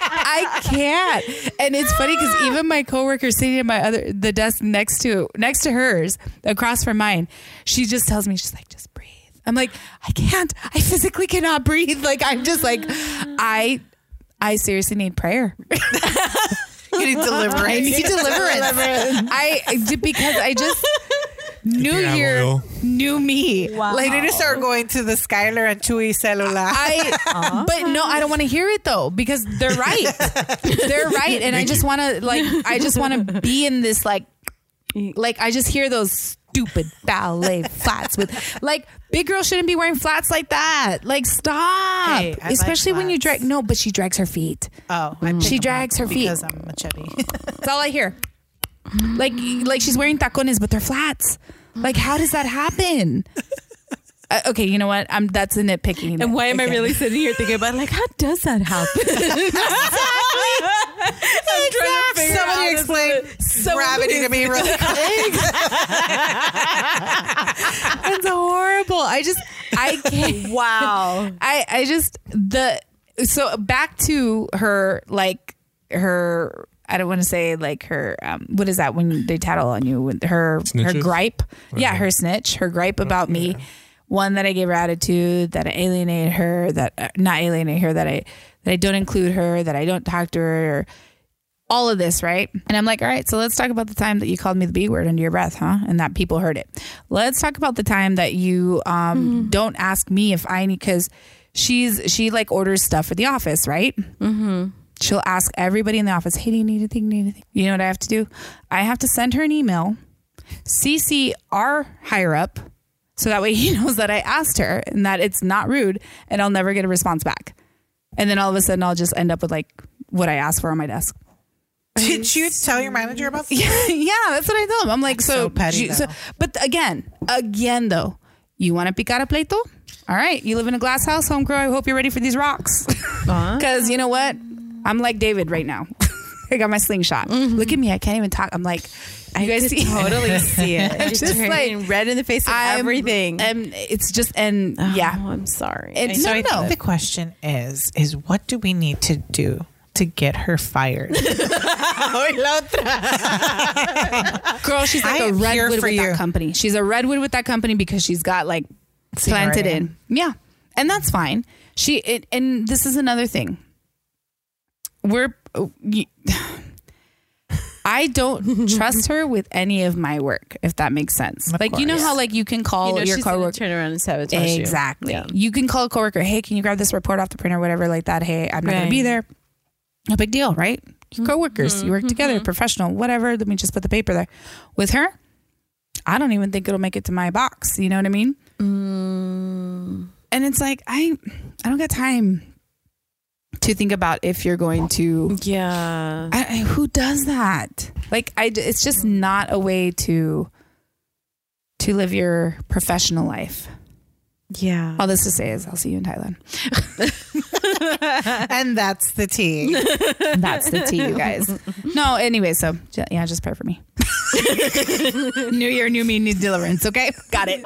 Speaker 4: I can't. And it's funny because even my coworker sitting at my other the desk next to next to hers, across from mine, she just tells me she's like, just breathe. I'm like, I can't. I physically cannot breathe. Like I'm just like, I. I seriously need prayer.
Speaker 1: You need
Speaker 4: I
Speaker 1: deliverance.
Speaker 4: need deliverance. I because I just new
Speaker 2: Grab
Speaker 4: year,
Speaker 2: oil.
Speaker 4: new me.
Speaker 1: They
Speaker 4: Like
Speaker 1: need to start going to the Skylar and Chewy cellular.
Speaker 4: I, but no, I don't want to hear it though because they're right. they're right, and I just want to like, I just want to be in this like, like I just hear those stupid ballet flats with like big girl shouldn't be wearing flats like that. Like stop,
Speaker 1: Hey, I like
Speaker 4: especially when you drag.
Speaker 1: flats.
Speaker 4: No, but she drags her feet.
Speaker 1: oh, I pick
Speaker 4: She
Speaker 1: them
Speaker 4: drags
Speaker 1: up
Speaker 4: her feet.
Speaker 1: because I'm a chubby.
Speaker 4: That's all I hear. Like, like she's wearing tacones, but they're flats. Like, how does that happen? Uh, okay, you know what? I'm that's a nitpicking.
Speaker 5: And why am I
Speaker 4: Again.
Speaker 5: really sitting here thinking about like how does that happen?
Speaker 1: Somebody explain gravity to me, really quick.
Speaker 4: It's horrible. I just, I can't.
Speaker 5: Wow.
Speaker 4: I, I just the so back to her like her. I don't want to say like her. Um, what is that when they tattle on you? When her her
Speaker 2: Snitches?
Speaker 4: gripe. Yeah, her snitch. Her gripe about me. One that I gave her attitude. That I alienate her. That uh, not alienate her. That I that I don't include her. That I don't talk to her. Or, all of this, right? And I'm like, all right, so let's talk about the time that you called me the B word under your breath, huh? And that people heard it. Let's talk about the time that you um, don't ask me if I need, because she's, she like orders stuff for the office, right? Mm-hmm. She'll ask everybody in the office, hey, do you need anything? Need anything? You know what I have to do? I have to send her an email, CC our higher up, so that way he knows that I asked her and that it's not rude and I'll never get a response back. And then all of a sudden, I'll just end up with like what I asked for on my desk.
Speaker 1: Did you tell your manager about this?
Speaker 4: yeah, yeah, that's what I tell him. I'm like, so,
Speaker 1: so petty,
Speaker 4: she- so-
Speaker 1: though.
Speaker 4: but again, again though, you want to picar a pleito? All right, you live in a glass house, homegirl. I hope you're ready for these rocks, because you know what? I'm like David right now. I got my slingshot. Look at me, I can't even talk. I'm like, you guys see?
Speaker 5: totally see it. Just,
Speaker 4: just
Speaker 5: like
Speaker 4: like-
Speaker 5: red in the face of
Speaker 4: I'm-
Speaker 5: everything.
Speaker 4: And it's just and
Speaker 5: Oh,
Speaker 4: yeah,
Speaker 5: I'm sorry.
Speaker 4: it's
Speaker 1: So
Speaker 4: no,
Speaker 1: I
Speaker 4: no,
Speaker 1: think the question is: is what do we need to do to get her fired?
Speaker 4: girl. She's like
Speaker 1: I
Speaker 4: a
Speaker 1: am here
Speaker 4: redwood
Speaker 1: for
Speaker 4: with
Speaker 1: you.
Speaker 4: that company. She's a redwood with that company because she's got like planted
Speaker 1: Seniority.
Speaker 4: in. Yeah, and that's fine. She it, and this is another thing. We're. oh, you- I don't trust her with any of my work, if that makes sense. like you know how like you can call
Speaker 5: you know,
Speaker 4: your
Speaker 5: she's gonna
Speaker 4: coworker
Speaker 5: turn around and sabotage you.
Speaker 4: exactly.
Speaker 5: Yeah.
Speaker 4: You can call a coworker, hey, can you grab this report off the printer, whatever, like that. Hey, I'm not gonna be
Speaker 5: Right. Mm-hmm.
Speaker 4: there. No big deal, right? Your coworkers, you work together, professional, whatever. Let me just put the paper there. With her, I don't even think it'll make it to my box. You know what I mean?
Speaker 5: Mm,
Speaker 4: And it's like I, I don't got time to think about if you're going to.
Speaker 5: Yeah.
Speaker 4: I, I- who does that? Like, I, d- it's just not a way to to live your professional life.
Speaker 5: Yeah.
Speaker 4: All this to say is, I'll see you in Thailand.
Speaker 1: and that's the tea.
Speaker 4: That's the tea, you guys. No, anyway, so j- yeah, just pray for me. new year, new me, new deliverance. Okay, got it.